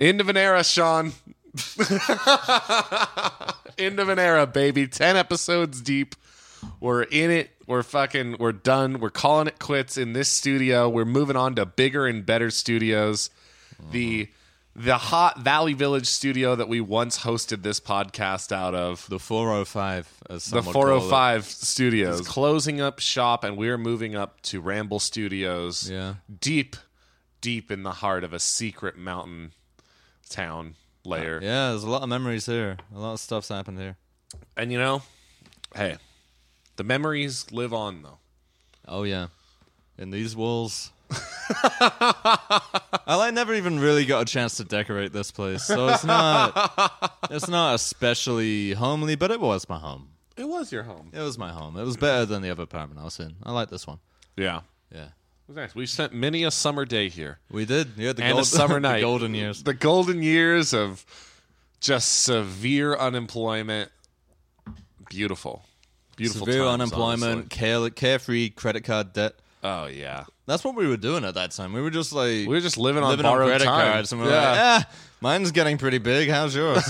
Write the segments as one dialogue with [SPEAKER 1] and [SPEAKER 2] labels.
[SPEAKER 1] End of an era, Sean. End of an era, baby. 10 episodes deep. We're in it. We're fucking, we're done. We're calling it quits in this studio. We're moving on to bigger and better studios. The the hot Valley Village studio that we once hosted this podcast out of.
[SPEAKER 2] The 405, as some
[SPEAKER 1] The
[SPEAKER 2] would call it.
[SPEAKER 1] 405 Studios is closing up shop, and we're moving up to Ramble Studios.
[SPEAKER 2] Yeah.
[SPEAKER 1] deep, deep in the heart of a secret mountain town layer.
[SPEAKER 2] Yeah, there's a lot of memories here. A lot of stuff's happened here.
[SPEAKER 1] And you know, hey, the memories live on though.
[SPEAKER 2] Oh yeah, in these walls. I like never even really got a chance to decorate this place, so it's not it's not especially homely, but it was my home.
[SPEAKER 1] It was your home.
[SPEAKER 2] It was my home. It was better than the other apartment I was in. I like this one.
[SPEAKER 1] Yeah, it
[SPEAKER 2] Yeah,
[SPEAKER 1] was nice. We spent many a summer day here.
[SPEAKER 2] we did. Yeah, the
[SPEAKER 1] and
[SPEAKER 2] gold-
[SPEAKER 1] a summer
[SPEAKER 2] the
[SPEAKER 1] night.
[SPEAKER 2] golden years.
[SPEAKER 1] The golden years of just severe unemployment. Beautiful. Beautiful.
[SPEAKER 2] Severe
[SPEAKER 1] times,
[SPEAKER 2] unemployment,
[SPEAKER 1] honestly.
[SPEAKER 2] care, carefree credit card debt.
[SPEAKER 1] Oh yeah.
[SPEAKER 2] That's what we were doing at that time. We were just like
[SPEAKER 1] We were just living on
[SPEAKER 2] living on
[SPEAKER 1] borrowed
[SPEAKER 2] credit
[SPEAKER 1] time.
[SPEAKER 2] cards, and we were
[SPEAKER 1] Yeah.
[SPEAKER 2] like, "Ah, mine's getting pretty big. How's yours?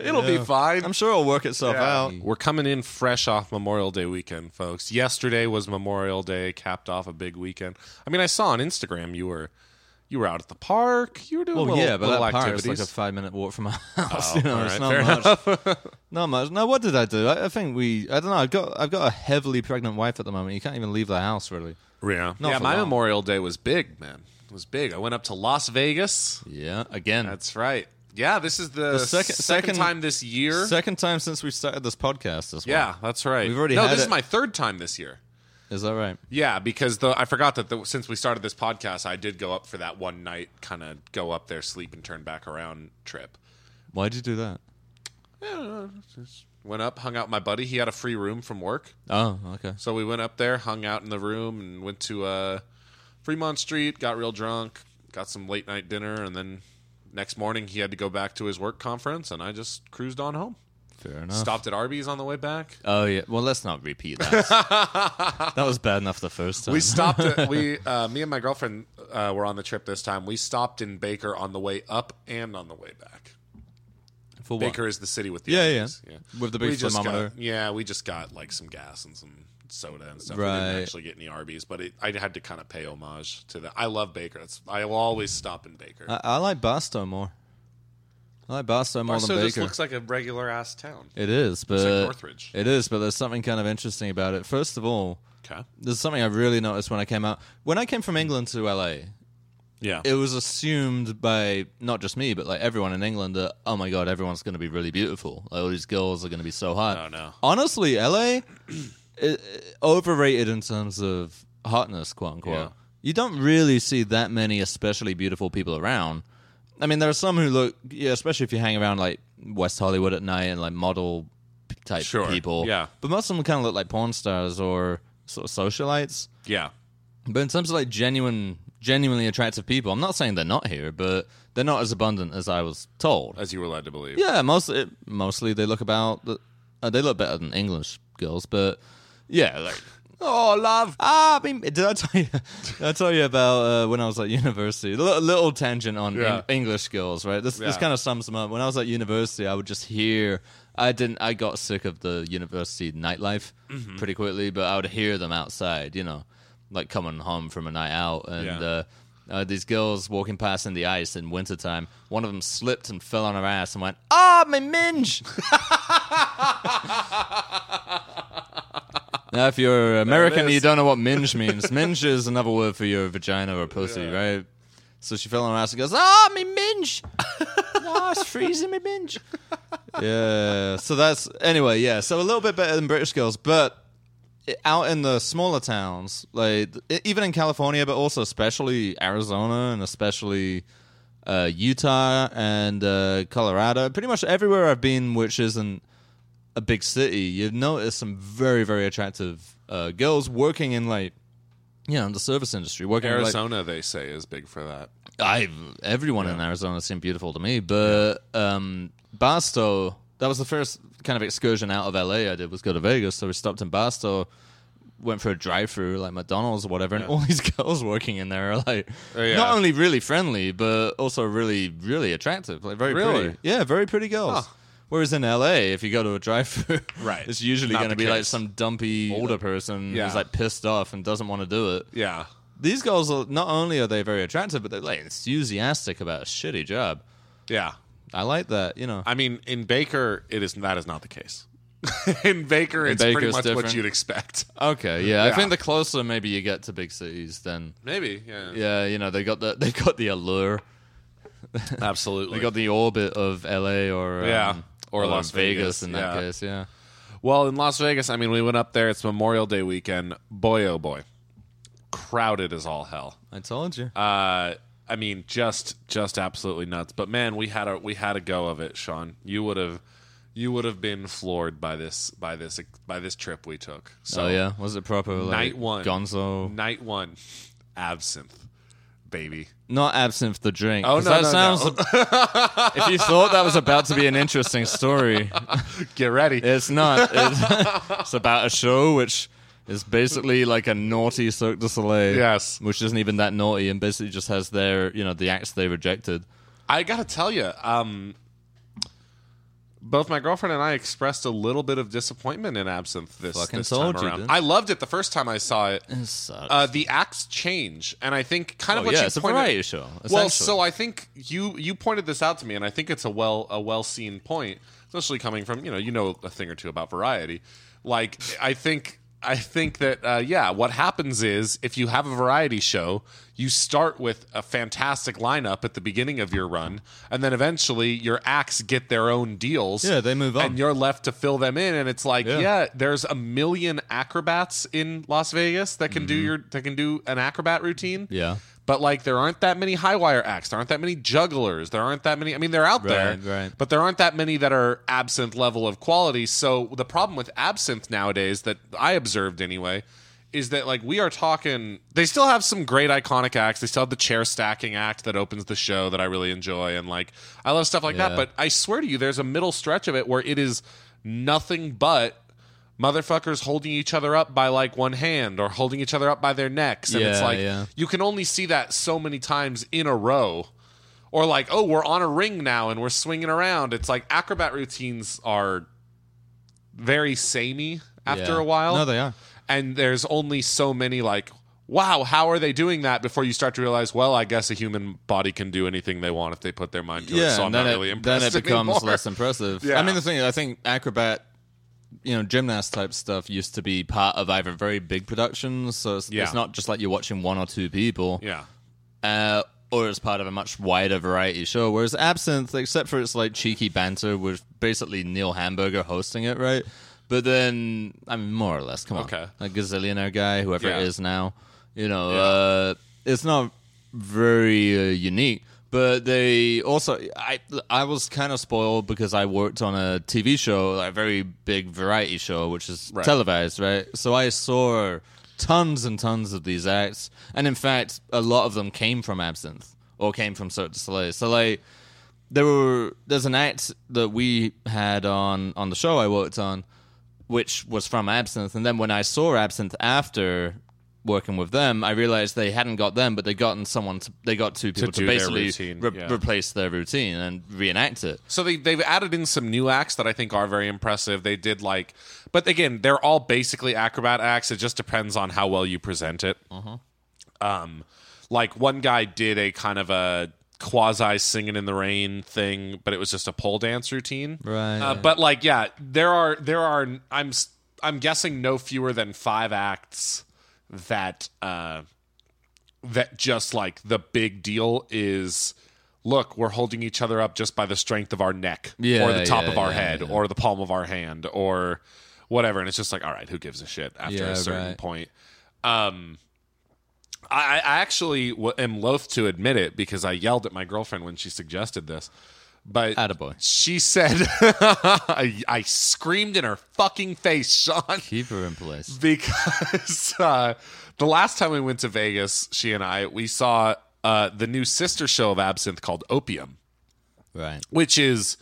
[SPEAKER 1] It'll
[SPEAKER 2] Yeah.
[SPEAKER 1] be fine.
[SPEAKER 2] I'm sure it'll work itself out."
[SPEAKER 1] We're coming in fresh off Memorial Day weekend, folks. Yesterday was Memorial Day, capped off a big weekend. I mean, I saw on Instagram you were you were out at the park. You were doing
[SPEAKER 2] Well,
[SPEAKER 1] little,
[SPEAKER 2] yeah, but
[SPEAKER 1] little
[SPEAKER 2] that park's
[SPEAKER 1] activities.
[SPEAKER 2] like a five-minute walk from my house.
[SPEAKER 1] Oh,
[SPEAKER 2] you know,
[SPEAKER 1] all
[SPEAKER 2] it's
[SPEAKER 1] right,
[SPEAKER 2] not
[SPEAKER 1] fair
[SPEAKER 2] much. not much. No, what did I do? I, I think we. I don't know. I've got. I've got a heavily pregnant wife at the moment. You can't even leave the house really.
[SPEAKER 1] yeah,
[SPEAKER 2] Not
[SPEAKER 1] yeah.
[SPEAKER 2] for
[SPEAKER 1] My
[SPEAKER 2] long.
[SPEAKER 1] Memorial Day was big, man. It was big. I went up to Las Vegas.
[SPEAKER 2] Yeah. Again,
[SPEAKER 1] That's right. Yeah, this is the, second,
[SPEAKER 2] second- second-
[SPEAKER 1] second time this year.
[SPEAKER 2] second time since we started this podcast. As well.
[SPEAKER 1] yeah, that's right.
[SPEAKER 2] We've already
[SPEAKER 1] no.
[SPEAKER 2] had
[SPEAKER 1] this is
[SPEAKER 2] it.
[SPEAKER 1] my third time this year.
[SPEAKER 2] Is that right?
[SPEAKER 1] Yeah, because the I forgot that the, since we started this podcast, I did go up for that one night, kind of go up there, sleep, and turn back around trip.
[SPEAKER 2] Why'd you do that?
[SPEAKER 1] Went up, hung out with my buddy. He had a free room from work,
[SPEAKER 2] Oh, okay.
[SPEAKER 1] so we went up there, hung out in the room, and went to uh, Fremont Street. Got real drunk, got some late night dinner, and then next morning he had to go back to his work conference, and I just cruised on home.
[SPEAKER 2] Fair enough.
[SPEAKER 1] Stopped at Arby's on the way back.
[SPEAKER 2] Oh yeah. Well, let's not repeat that. that was bad enough the first time.
[SPEAKER 1] We stopped. At, we, uh, me and my girlfriend, uh, were on the trip this time. We stopped in Baker on the way up and on the way back.
[SPEAKER 2] for what?
[SPEAKER 1] Baker is the city with the
[SPEAKER 2] Yeah,
[SPEAKER 1] Arby's,
[SPEAKER 2] yeah. With the big
[SPEAKER 1] we just
[SPEAKER 2] thermometer.
[SPEAKER 1] Got, yeah, we just got like some gas and some soda and stuff. We
[SPEAKER 2] Right.
[SPEAKER 1] didn't actually get any Arby's, but it, I had to kind of pay homage to that. I love Baker. It's, I will always stop in Baker.
[SPEAKER 2] I, I like Barstow more. I like Barstow more
[SPEAKER 1] so
[SPEAKER 2] than
[SPEAKER 1] this
[SPEAKER 2] Baker. Uh,
[SPEAKER 1] looks like a regular ass town.
[SPEAKER 2] it is, but
[SPEAKER 1] Northridge.
[SPEAKER 2] it is, but there's something kind of interesting about it. First of all,
[SPEAKER 1] Okay.
[SPEAKER 2] there's something I really noticed when I came out. When I came from England to LA,
[SPEAKER 1] Yeah.
[SPEAKER 2] it was assumed by not just me, but like everyone in England that oh my god, everyone's going to be really beautiful. Like, all these girls are going to be so hot.
[SPEAKER 1] Oh, no.
[SPEAKER 2] Honestly, LA i- uh, overrated in terms of hotness, quote unquote.
[SPEAKER 1] Yeah.
[SPEAKER 2] You don't really see that many especially beautiful people around. I mean, there are some who look, yeah, especially if you hang around like West Hollywood at night and like model p- type
[SPEAKER 1] Sure,
[SPEAKER 2] people.
[SPEAKER 1] yeah.
[SPEAKER 2] but most of them kind of look like porn stars or sort of socialites.
[SPEAKER 1] yeah.
[SPEAKER 2] But in terms of like genuine, genuinely attractive people, I'm not saying they're not here, but they're not as abundant as I was told.
[SPEAKER 1] As you were led to believe.
[SPEAKER 2] Yeah, mostly mostly they look about the, uh, they look better than English girls, but yeah, like oh love. Ah, I mean, did I tell you? Did I tell you about uh, when I was at university? A little, little tangent on Eng-
[SPEAKER 1] Yeah.
[SPEAKER 2] English girls, right? This this
[SPEAKER 1] Yeah.
[SPEAKER 2] kind of sums them up. When I was at university, I would just hear. I didn't. I got sick of the university nightlife
[SPEAKER 1] Mm-hmm.
[SPEAKER 2] pretty quickly, but I would hear them outside. You know, like coming home from a night out and.
[SPEAKER 1] Yeah.
[SPEAKER 2] Uh, uh, these girls walking past in the ice in wintertime. One of them slipped and fell on her ass and went, "Ah, my minge!" now, if you're American,
[SPEAKER 1] is.
[SPEAKER 2] you don't know what minge means. minge is another word for your vagina or pussy, right? So she fell on her ass and goes, "Ah, my minge!" Ah, it's freezing my minge. yeah. So that's anyway. Yeah. So a little bit better than British girls, but out in the smaller towns, like e- even in California, but also especially Arizona and especially uh, Utah and uh, Colorado, pretty much everywhere I've been, which isn't a big city, you've noticed some very, very attractive uh, girls working in like, you know, in the service industry, working in, like,
[SPEAKER 1] Arizona, they say, is big for that.
[SPEAKER 2] I everyone in Arizona seemed beautiful to me, but um, Barstow. That was the first kind of excursion out of LA I did was go to Vegas. So we stopped in Barstow, went for a drive through like McDonald's or whatever, and all these girls working in there are like
[SPEAKER 1] Oh, yeah.
[SPEAKER 2] not only really friendly but also really really attractive, like very
[SPEAKER 1] Really?
[SPEAKER 2] pretty. Yeah, very pretty girls.
[SPEAKER 1] Huh.
[SPEAKER 2] Whereas in LA, if you go to a drive-through,
[SPEAKER 1] Right.
[SPEAKER 2] it's usually
[SPEAKER 1] Not
[SPEAKER 2] going to
[SPEAKER 1] the
[SPEAKER 2] be like
[SPEAKER 1] case.
[SPEAKER 2] some dumpy older person
[SPEAKER 1] Yeah.
[SPEAKER 2] who's like pissed off and doesn't want to do it.
[SPEAKER 1] Yeah.
[SPEAKER 2] These girls are not only are they very attractive, but they're like enthusiastic about a shitty job.
[SPEAKER 1] Yeah.
[SPEAKER 2] I like that, you know.
[SPEAKER 1] I mean, in Baker, it is that is not the case. in Baker, it's pretty
[SPEAKER 2] Baker's
[SPEAKER 1] much what
[SPEAKER 2] different.
[SPEAKER 1] you'd expect.
[SPEAKER 2] Okay, yeah,
[SPEAKER 1] Yeah.
[SPEAKER 2] I think the closer maybe you get to big cities, then
[SPEAKER 1] Maybe. Yeah.
[SPEAKER 2] yeah, you know they got the they got the allure,
[SPEAKER 1] Absolutely.
[SPEAKER 2] they got the orbit of L.A. or um,
[SPEAKER 1] Yeah. Or Las Vegas,
[SPEAKER 2] in that
[SPEAKER 1] yeah.
[SPEAKER 2] case, yeah.
[SPEAKER 1] Well, in Las Vegas, I mean, we went up there. It's Memorial Day weekend. Boy, oh boy, crowded as all hell.
[SPEAKER 2] I told you.
[SPEAKER 1] Uh, I mean, just just absolutely nuts. But man, we had a we had a go of it, Sean. You would have you would have been floored by this by this by this trip we took. So
[SPEAKER 2] so Oh, yeah, was it proper like,
[SPEAKER 1] Night one.
[SPEAKER 2] Gonzo?
[SPEAKER 1] night one, absinthe, baby.
[SPEAKER 2] Not absinthe the drink.
[SPEAKER 1] Oh,
[SPEAKER 2] 'cause
[SPEAKER 1] no,
[SPEAKER 2] that
[SPEAKER 1] no,
[SPEAKER 2] sounds. if you thought that was about to be an interesting story,
[SPEAKER 1] Get ready.
[SPEAKER 2] It's not. It's, it's about a show which is basically like a naughty Cirque du Soleil.
[SPEAKER 1] Yes.
[SPEAKER 2] Which isn't even that naughty and basically just has their, you know, the acts they rejected.
[SPEAKER 1] I gotta tell you, um, both my girlfriend and I expressed a little bit of disappointment in absinthe this,
[SPEAKER 2] Fucking
[SPEAKER 1] this
[SPEAKER 2] told
[SPEAKER 1] time
[SPEAKER 2] you,
[SPEAKER 1] around.
[SPEAKER 2] dude.
[SPEAKER 1] I loved it the first time I saw it.
[SPEAKER 2] It sucks.
[SPEAKER 1] Uh, the acts change, and I think kind of
[SPEAKER 2] Oh,
[SPEAKER 1] what
[SPEAKER 2] yeah,
[SPEAKER 1] you
[SPEAKER 2] it's a
[SPEAKER 1] pointed.
[SPEAKER 2] variety show.
[SPEAKER 1] well,
[SPEAKER 2] essentially.
[SPEAKER 1] so I think you you pointed this out to me, and I think it's a well a well seen point, especially coming from you know you know a thing or two about variety. Like I think I think that uh, yeah, what happens is if you have a variety show, you start with a fantastic lineup at the beginning of your run, and then eventually your acts get their own deals.
[SPEAKER 2] Yeah, they move on.
[SPEAKER 1] and you're left to fill them in. And it's like yeah,
[SPEAKER 2] Yeah.
[SPEAKER 1] there's a million acrobats in Las Vegas that can do your that can do an acrobat routine.
[SPEAKER 2] Mm-hmm. Yeah.
[SPEAKER 1] But like there aren't that many high wire acts, there aren't that many jugglers, there aren't that many. I mean, they're out
[SPEAKER 2] Right,
[SPEAKER 1] there,
[SPEAKER 2] right.
[SPEAKER 1] but there aren't that many that are absinthe level of quality. So the problem with absinthe nowadays that I observed anyway is that like we are talking they still have some great iconic acts they still have the chair stacking act that opens the show that i really enjoy and like i love stuff like that
[SPEAKER 2] Yeah.
[SPEAKER 1] but i swear to you there's a middle stretch of it where it is nothing but motherfuckers holding each other up by like one hand or holding each other up by their necks and it's
[SPEAKER 2] Yeah,
[SPEAKER 1] like
[SPEAKER 2] yeah.
[SPEAKER 1] you can only see that so many times in a row or like oh we're on a ring now and we're swinging around it's like acrobat routines are very samey after
[SPEAKER 2] Yeah.
[SPEAKER 1] a while
[SPEAKER 2] No, they are.
[SPEAKER 1] and there's only so many like wow how are they doing that before you start to realize well i guess a human body can do anything they want if they put their mind to it
[SPEAKER 2] Yeah,
[SPEAKER 1] so i'm
[SPEAKER 2] and then,
[SPEAKER 1] not
[SPEAKER 2] it,
[SPEAKER 1] really
[SPEAKER 2] then
[SPEAKER 1] impressed
[SPEAKER 2] it becomes
[SPEAKER 1] anymore.
[SPEAKER 2] less impressive.
[SPEAKER 1] Yeah.
[SPEAKER 2] I mean, the thing is, I think acrobat, you know, gymnast type stuff used to be part of either very big productions, so it's,
[SPEAKER 1] Yeah.
[SPEAKER 2] it's not just like you're watching one or two people.
[SPEAKER 1] yeah
[SPEAKER 2] uh, or as part of a much wider variety show. Whereas Absinthe, except for its like cheeky banter with basically Neil Hamburger hosting it, right? But then, I mean, more or less, come
[SPEAKER 1] Okay.
[SPEAKER 2] on, like gazillionaire guy, whoever
[SPEAKER 1] Yeah.
[SPEAKER 2] it is now, you know, uh, it's not very uh, unique. But they also, I I was kind of spoiled because I worked on a TV show, like a very big variety show, which is
[SPEAKER 1] Right.
[SPEAKER 2] televised, right? So I saw tons and tons of these acts, and in fact, a lot of them came from Absinthe or came from Cirque du Soleil. So like, there were there's an act that we had on on the show I worked on, which was from Absinthe, and then when I saw Absinthe after working with them, I realized they hadn't got them, but they gotten someone to, they got two people to,
[SPEAKER 1] do their
[SPEAKER 2] basically
[SPEAKER 1] routine,
[SPEAKER 2] re-
[SPEAKER 1] yeah.
[SPEAKER 2] replace their routine and reenact it.
[SPEAKER 1] So they they've added in some new acts that I think are very impressive. They did like, but again, they're all basically acrobat acts. It just depends on how well you present it. Um, like one guy did a kind of a quasi singing in the rain thing, but it was just a pole dance routine.
[SPEAKER 2] Right.
[SPEAKER 1] Uh, but like, yeah, there are there are I'm s- I'm guessing no fewer than five acts that. Uh, that just like the big deal is look we're holding each other up just by the strength of our neck
[SPEAKER 2] Yeah,
[SPEAKER 1] or the top
[SPEAKER 2] yeah,
[SPEAKER 1] of our
[SPEAKER 2] yeah,
[SPEAKER 1] head or the palm of our hand or whatever and it's just like all right who gives a shit after
[SPEAKER 2] Yeah,
[SPEAKER 1] a certain
[SPEAKER 2] right.
[SPEAKER 1] point um I, I actually w- am loath to admit it because I yelled at my girlfriend when she suggested this, but
[SPEAKER 2] Attaboy.
[SPEAKER 1] she said, I, I screamed in her fucking face, Sean
[SPEAKER 2] Keep her in place.
[SPEAKER 1] because uh, the last time we went to Vegas, she and I, we saw uh, the new sister show of Absinthe called Opium,
[SPEAKER 2] Right.
[SPEAKER 1] which is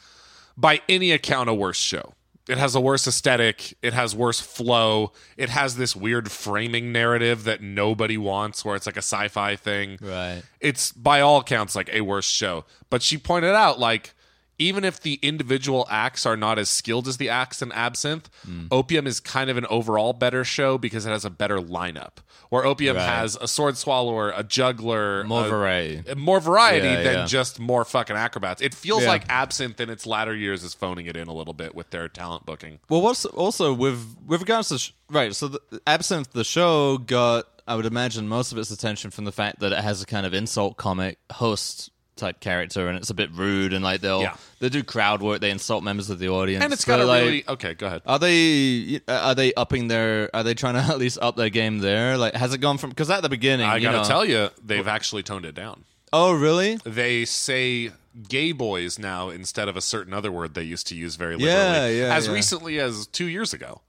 [SPEAKER 1] by any account a worse show. it has a worse aesthetic it has worse flow it has this weird framing narrative that nobody wants where it's like a sci-fi thing
[SPEAKER 2] Right.
[SPEAKER 1] it's by all accounts like a worse show but she pointed out like even if the individual acts are not as skilled as the acts in absinthe
[SPEAKER 2] Hmm.
[SPEAKER 1] opium is kind of an overall better show because it has a better lineup where opium
[SPEAKER 2] Right.
[SPEAKER 1] has a sword swallower a juggler
[SPEAKER 2] More
[SPEAKER 1] a-
[SPEAKER 2] variety.
[SPEAKER 1] more variety
[SPEAKER 2] Yeah,
[SPEAKER 1] than
[SPEAKER 2] yeah.
[SPEAKER 1] just more fucking acrobats. It feels
[SPEAKER 2] Yeah.
[SPEAKER 1] like Absinthe in its latter years is phoning it in a little bit with their talent booking.
[SPEAKER 2] Well, what's also with with regards to sh- right? So, the, absinthe the show got, I would imagine, most of its attention from the fact that it has a kind of insult comic host type character, and it's a bit rude, and like they'll
[SPEAKER 1] Yeah.
[SPEAKER 2] they do crowd work, they insult members of the audience,
[SPEAKER 1] And it's got a
[SPEAKER 2] but, like, uh,
[SPEAKER 1] really okay. Go ahead.
[SPEAKER 2] Are they are they upping their? Are they trying to at least up their game there? Like, has it gone from? Because at the beginning,
[SPEAKER 1] I
[SPEAKER 2] you
[SPEAKER 1] gotta
[SPEAKER 2] know-
[SPEAKER 1] tell you, they've actually toned it down.
[SPEAKER 2] Oh, really?
[SPEAKER 1] They say gay boys now instead of a certain other word they used to use very liberally.
[SPEAKER 2] Yeah, yeah,
[SPEAKER 1] as
[SPEAKER 2] yeah.
[SPEAKER 1] recently as two years ago.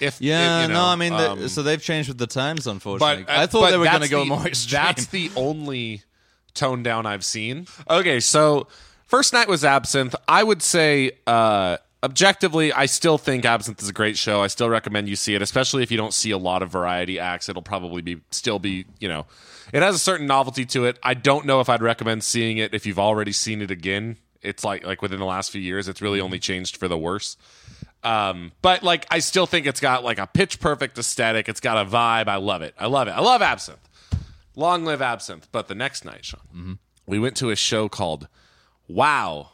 [SPEAKER 1] If
[SPEAKER 2] Yeah,
[SPEAKER 1] if, you
[SPEAKER 2] no,
[SPEAKER 1] know,
[SPEAKER 2] I mean, the-
[SPEAKER 1] um,
[SPEAKER 2] so they've changed with the times, unfortunately.
[SPEAKER 1] But uh,
[SPEAKER 2] I thought
[SPEAKER 1] but
[SPEAKER 2] they were going to
[SPEAKER 1] that's
[SPEAKER 2] go
[SPEAKER 1] the-
[SPEAKER 2] more extreme.
[SPEAKER 1] That's the only tone down I've seen. Okay, so first night was Absinthe. I would say, uh, objectively, I still think Absinthe is a great show. I still recommend you see it, especially if you don't see a lot of variety acts. It'll probably be still be you know, it has a certain novelty to it. I don't know if I'd recommend seeing it if you've already seen it again. It's like like within the last few years, it's really only changed for the worse. Um, but like I still think it's got like a pitch perfect aesthetic. It's got a vibe. I love it. I love it. I love absinthe. Long live absinthe. But the next night, Sean,
[SPEAKER 2] Mm-hmm.
[SPEAKER 1] we went to a show called Wow,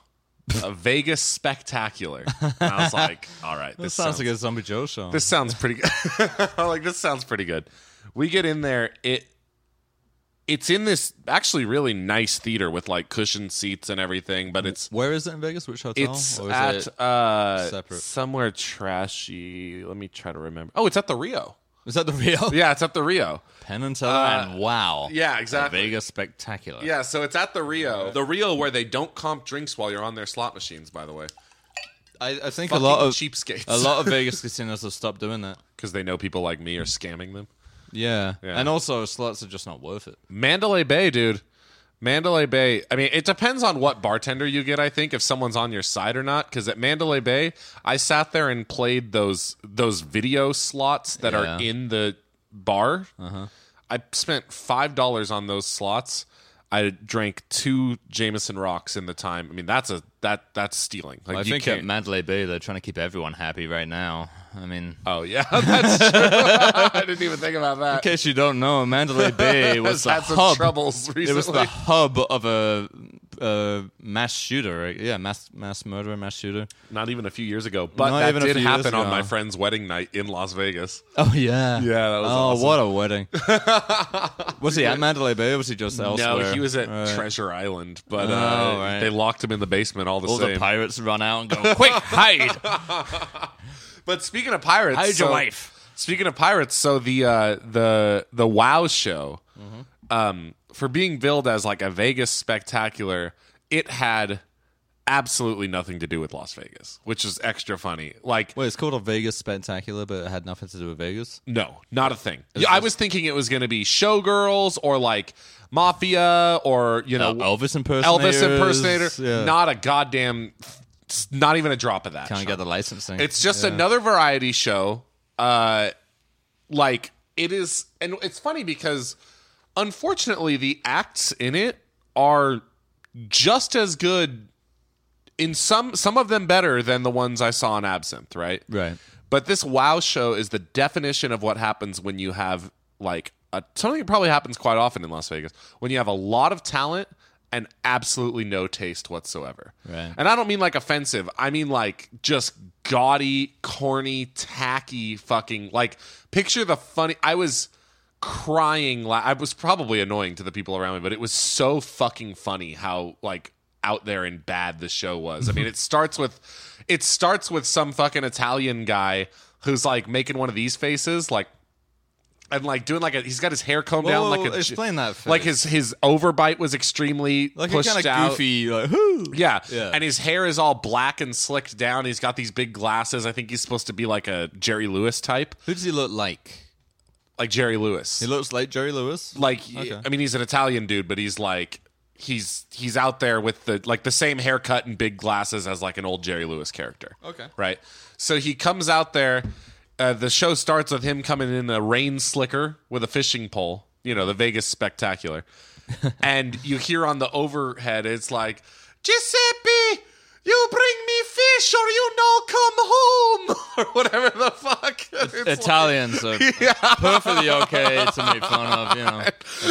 [SPEAKER 1] a Vegas Spectacular. And I was like, all right, this,
[SPEAKER 2] This sounds like a Zombie Joe show.
[SPEAKER 1] this sounds pretty good. I'm like this sounds pretty good. We get in there. It it's in this actually really nice theater with like cushioned seats and everything, but it's
[SPEAKER 2] Where is it in Vegas? Which hotel?
[SPEAKER 1] it's
[SPEAKER 2] Or is
[SPEAKER 1] at
[SPEAKER 2] it,
[SPEAKER 1] uh
[SPEAKER 2] separate?
[SPEAKER 1] somewhere trashy. Let me try to remember. Oh, it's at the Rio.
[SPEAKER 2] is that the real
[SPEAKER 1] Yeah, it's at the Rio.
[SPEAKER 2] Penn and Teller? and wow,
[SPEAKER 1] Uh, Yeah,
[SPEAKER 2] A
[SPEAKER 1] exactly.
[SPEAKER 2] Vegas spectacular.
[SPEAKER 1] Yeah, so it's at the Rio. The Rio where they don't comp drinks while you're on their slot machines, by the way.
[SPEAKER 2] I, I think
[SPEAKER 1] Fucking
[SPEAKER 2] a lot of
[SPEAKER 1] cheapskates.
[SPEAKER 2] a lot of Vegas casinos have stopped doing that.
[SPEAKER 1] because they know people like me are scamming them.
[SPEAKER 2] Yeah.
[SPEAKER 1] Yeah.
[SPEAKER 2] and also slots are just not worth it.
[SPEAKER 1] Mandalay Bay, dude. Mandalay Bay. I mean, it depends on what bartender you get. I think if someone's on your side or not. Because at Mandalay Bay, I sat there and played those those video slots that
[SPEAKER 2] Yeah.
[SPEAKER 1] are in the bar. Uh-huh. I spent five dollars on those slots. I drank two Jameson rocks in the time. I mean, that's a that that's stealing. Like,
[SPEAKER 2] I
[SPEAKER 1] you
[SPEAKER 2] think
[SPEAKER 1] can't-
[SPEAKER 2] at Mandalay Bay they're trying to keep everyone happy right now. I mean,
[SPEAKER 1] Oh yeah, that's true. I didn't even think about that.
[SPEAKER 2] in case you don't know, Mandalay Bay
[SPEAKER 1] Has
[SPEAKER 2] was the
[SPEAKER 1] had some
[SPEAKER 2] hub.
[SPEAKER 1] troubles recently.
[SPEAKER 2] It was the hub of a, a mass shooter. right? Yeah, mass mass murderer, mass shooter.
[SPEAKER 1] not even a few years ago, but
[SPEAKER 2] Not
[SPEAKER 1] that
[SPEAKER 2] even a
[SPEAKER 1] did
[SPEAKER 2] few years
[SPEAKER 1] happen on
[SPEAKER 2] ago.
[SPEAKER 1] my friend's wedding night in Las Vegas.
[SPEAKER 2] Oh yeah,
[SPEAKER 1] Yeah, that was
[SPEAKER 2] oh,
[SPEAKER 1] awesome.
[SPEAKER 2] what a wedding! was he at Mandalay Bay? or Was he just elsewhere? Uh,
[SPEAKER 1] No, he was at
[SPEAKER 2] Right.
[SPEAKER 1] Treasure Island, but uh,
[SPEAKER 2] Oh, right.
[SPEAKER 1] they locked him in the basement all the
[SPEAKER 2] All the
[SPEAKER 1] same.
[SPEAKER 2] pirates run out and go, "Quick, hide!
[SPEAKER 1] but speaking of pirates,
[SPEAKER 2] Hide
[SPEAKER 1] so-
[SPEAKER 2] your wife!"
[SPEAKER 1] Speaking of pirates, so the uh, the the Wow show, um, for being billed as like a Vegas spectacular, it had absolutely nothing to do with Las Vegas, which is extra funny. Like
[SPEAKER 2] Wait, it's called a Vegas spectacular, but it had nothing to do with Vegas.
[SPEAKER 1] No, not a thing. Yeah, I was thinking it was going to be showgirls or like mafia or you know
[SPEAKER 2] Uh,
[SPEAKER 1] Elvis
[SPEAKER 2] Elvis impersonators.
[SPEAKER 1] impersonator.
[SPEAKER 2] Yeah.
[SPEAKER 1] Not a goddamn, not even a drop of that.
[SPEAKER 2] Can't
[SPEAKER 1] Sean.
[SPEAKER 2] get the licensing.
[SPEAKER 1] It's just another variety show. Uh, like it is, and it's funny because unfortunately the acts in it are just as good. In some, some of them better than the ones I saw in Absinthe, right?
[SPEAKER 2] right.
[SPEAKER 1] But this wow show is the definition of what happens when you have like a, something that probably happens quite often in Las Vegas when you have a lot of talent and absolutely no taste whatsoever.
[SPEAKER 2] Right.
[SPEAKER 1] And I don't mean like offensive. I mean like just gaudy, corny, tacky fucking like picture the funny I was crying la- I was probably annoying to the people around me, but it was so fucking funny how like out there and bad the show was. I mean, it starts with it starts with some fucking Italian guy who's like making one of these faces like and like doing like a he's got his hair combed
[SPEAKER 2] Whoa,
[SPEAKER 1] down
[SPEAKER 2] whoa,
[SPEAKER 1] like a
[SPEAKER 2] whoa, explain that
[SPEAKER 1] like
[SPEAKER 2] face.
[SPEAKER 1] his his overbite was extremely
[SPEAKER 2] Like
[SPEAKER 1] pushed
[SPEAKER 2] a kind of
[SPEAKER 1] out.
[SPEAKER 2] goofy, like, "Whoo!"
[SPEAKER 1] Yeah.
[SPEAKER 2] Yeah.
[SPEAKER 1] And his hair is all black and slicked down. He's got these big glasses. I think he's supposed to be like a Jerry Lewis type.
[SPEAKER 2] Who does he look like?
[SPEAKER 1] Like Jerry Lewis.
[SPEAKER 2] He looks like Jerry Lewis.
[SPEAKER 1] like
[SPEAKER 2] Okay.
[SPEAKER 1] I mean he's an Italian dude, but he's like he's he's out there with the like the same haircut and big glasses as like an old Jerry Lewis character.
[SPEAKER 2] Okay.
[SPEAKER 1] Right. So he comes out there. Uh, the show starts with him coming in a rain slicker with a fishing pole. You know the Vegas spectacular, and you hear on the overhead it's like Giuseppe, you bring me fish or you no come home or whatever the fuck. It's like-
[SPEAKER 2] Italians are perfectly okay to make fun of, you know.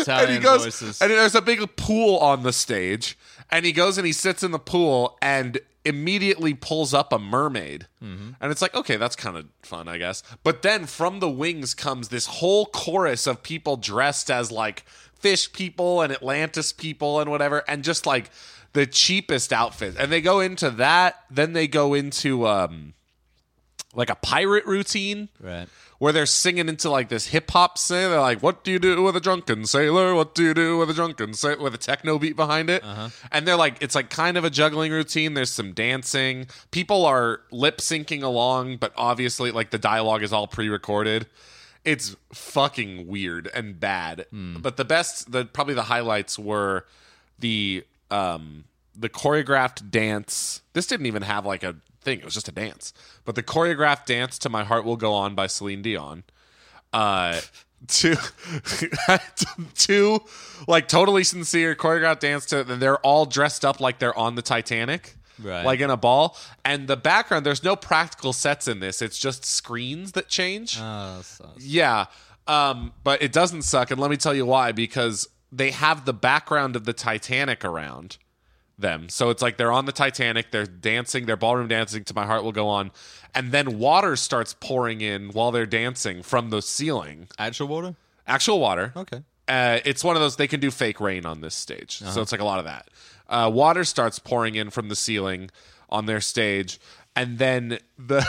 [SPEAKER 2] Italian
[SPEAKER 1] and he goes,
[SPEAKER 2] voices.
[SPEAKER 1] and there's a big pool on the stage, and he goes and he sits in the pool and immediately pulls up a mermaid,
[SPEAKER 2] Mm-hmm.
[SPEAKER 1] and it's like, okay, that's kind of fun, I guess. But then from the wings comes this whole chorus of people dressed as like fish people and Atlantis people and whatever, and just like the cheapest outfits, and they go into that, then they go into um like a pirate routine
[SPEAKER 2] right.
[SPEAKER 1] where they're singing into like this hip hop sing. They're like, "What do you do with a drunken sailor? What do you do with a drunken sailor?" With a techno beat behind it, and they're like, it's like kind of a juggling routine. There's some dancing. People are lip syncing along, but obviously, like the dialogue is all pre recorded. It's fucking weird and bad. But the best, the probably the highlights were the um the choreographed dance this didn't even have like a thing it was just a dance but the choreographed dance to my heart will go on by celine dion uh to to like totally sincere choreographed dance to and they're all dressed up like they're on the titanic
[SPEAKER 2] Right.
[SPEAKER 1] like in a ball and the background there's no practical sets in this it's just screens that change
[SPEAKER 2] Oh, that sucks.
[SPEAKER 1] yeah. Um, but it doesn't suck, and let me tell you why, because they have the background of the Titanic around them. So it's like they're on the Titanic, they're dancing, they're ballroom dancing to My Heart Will Go On, and then water starts pouring in while they're dancing from the ceiling.
[SPEAKER 2] Actual water?
[SPEAKER 1] Actual water
[SPEAKER 2] Okay.
[SPEAKER 1] uh, it's one of those they can do fake rain on this stage,
[SPEAKER 2] Uh-huh.
[SPEAKER 1] so it's like a lot of that. Uh, water starts pouring in from the ceiling on their stage, and then the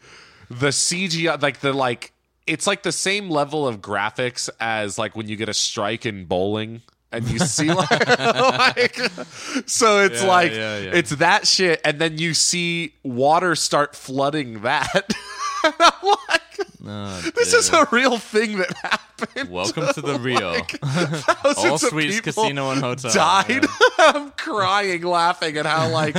[SPEAKER 1] the CGI, like the like, it's like the same level of graphics as like when you get a strike in bowling. And you see, like, like- so it's
[SPEAKER 2] Yeah,
[SPEAKER 1] like
[SPEAKER 2] yeah, yeah.
[SPEAKER 1] it's that shit, and then you see water start flooding that. And I'm like,
[SPEAKER 2] No,
[SPEAKER 1] this
[SPEAKER 2] dude.
[SPEAKER 1] is a real thing that happened.
[SPEAKER 2] Welcome to the Rio.
[SPEAKER 1] Thousands
[SPEAKER 2] All
[SPEAKER 1] of
[SPEAKER 2] suites,
[SPEAKER 1] people
[SPEAKER 2] casino, and hotel.
[SPEAKER 1] died. I'm crying, laughing at how like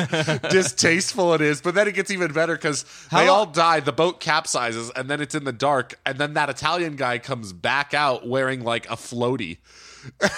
[SPEAKER 1] distasteful it is. But then it gets even better because they
[SPEAKER 2] How-
[SPEAKER 1] all die. The boat capsizes, and then it's in the dark. And then that Italian guy comes back out wearing like a floaty.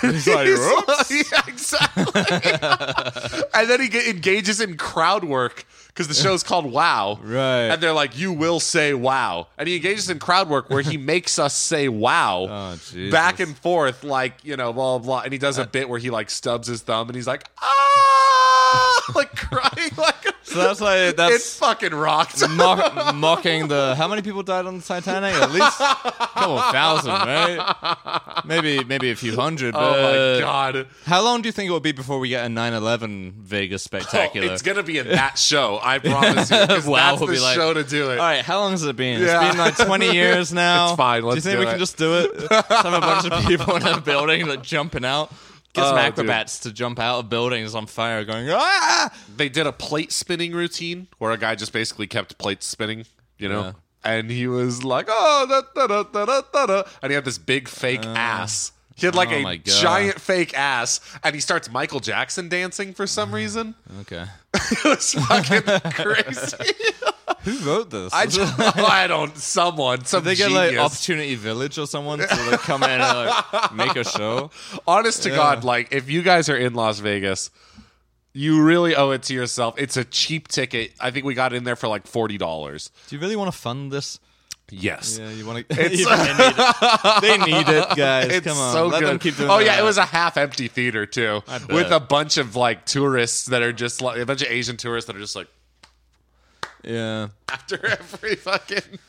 [SPEAKER 2] He's like,
[SPEAKER 1] He's
[SPEAKER 2] "Whoop."
[SPEAKER 1] like- yeah, exactly. and then he get, engages in crowd work because the show's called Wow.
[SPEAKER 2] Right.
[SPEAKER 1] And they're like, you will say wow. And he engages in crowd work where he makes us say wow
[SPEAKER 2] Oh, Jesus. Uh,
[SPEAKER 1] back and forth, like, you know, blah, blah, blah. And he does a bit where he like stubs his thumb and he's like, ah, like crying. Like,
[SPEAKER 2] so that's like
[SPEAKER 1] it
[SPEAKER 2] that's
[SPEAKER 1] fucking rocked. Oh,
[SPEAKER 2] mock, mocking the how many people died on the Titanic? At least a couple thousand, right? Maybe maybe a few hundred.
[SPEAKER 1] Oh
[SPEAKER 2] But
[SPEAKER 1] my God.
[SPEAKER 2] How long do you think it will be before we get a 9/11 Vegas spectacular?
[SPEAKER 1] Oh, it's going to be in that show. I promise you. 'cause
[SPEAKER 2] Wow,
[SPEAKER 1] that's
[SPEAKER 2] we'll
[SPEAKER 1] the
[SPEAKER 2] be like-
[SPEAKER 1] show to do it.
[SPEAKER 2] All right, how long has it been?
[SPEAKER 1] Yeah.
[SPEAKER 2] It's been like 20 years now.
[SPEAKER 1] It's fine,
[SPEAKER 2] do you
[SPEAKER 1] let's
[SPEAKER 2] think
[SPEAKER 1] do
[SPEAKER 2] we
[SPEAKER 1] it.
[SPEAKER 2] can just do it? Just have a bunch of people in a building like jumping out. Get some
[SPEAKER 1] Oh, dude.
[SPEAKER 2] acrobats to jump out of buildings on fire, going ah!
[SPEAKER 1] they did a plate spinning routine where a guy just basically kept plates spinning, you know,
[SPEAKER 2] Yeah.
[SPEAKER 1] and he was like, oh, da, da, da, da, da, da, da," and he had this big fake ass. He had like
[SPEAKER 2] Uh, oh my
[SPEAKER 1] a
[SPEAKER 2] God.
[SPEAKER 1] giant fake ass, and he starts Michael Jackson dancing for
[SPEAKER 2] Mm-hmm.
[SPEAKER 1] some reason.
[SPEAKER 2] Okay.
[SPEAKER 1] it was fucking crazy.
[SPEAKER 2] Who wrote this?
[SPEAKER 1] I just, I don't. Someone, some
[SPEAKER 2] they get like
[SPEAKER 1] genius.
[SPEAKER 2] Opportunity Village or someone to like, come in and like, make a show.
[SPEAKER 1] Honest to God, like if you guys are in Las Vegas, you really owe it to yourself. It's a cheap ticket. I think we got in there for like forty dollars.
[SPEAKER 2] Do you really want to fund this?
[SPEAKER 1] Yes.
[SPEAKER 2] Yeah, you want to. they, need it. they need it, guys.
[SPEAKER 1] It's
[SPEAKER 2] come on,
[SPEAKER 1] so
[SPEAKER 2] let
[SPEAKER 1] good.
[SPEAKER 2] them keep doing.
[SPEAKER 1] oh yeah,
[SPEAKER 2] that.
[SPEAKER 1] it was a half-empty theater too,
[SPEAKER 2] bet.
[SPEAKER 1] with a bunch of like tourists that are just like a bunch of Asian tourists that are just like
[SPEAKER 2] yeah.
[SPEAKER 1] after every fucking.
[SPEAKER 2] Well,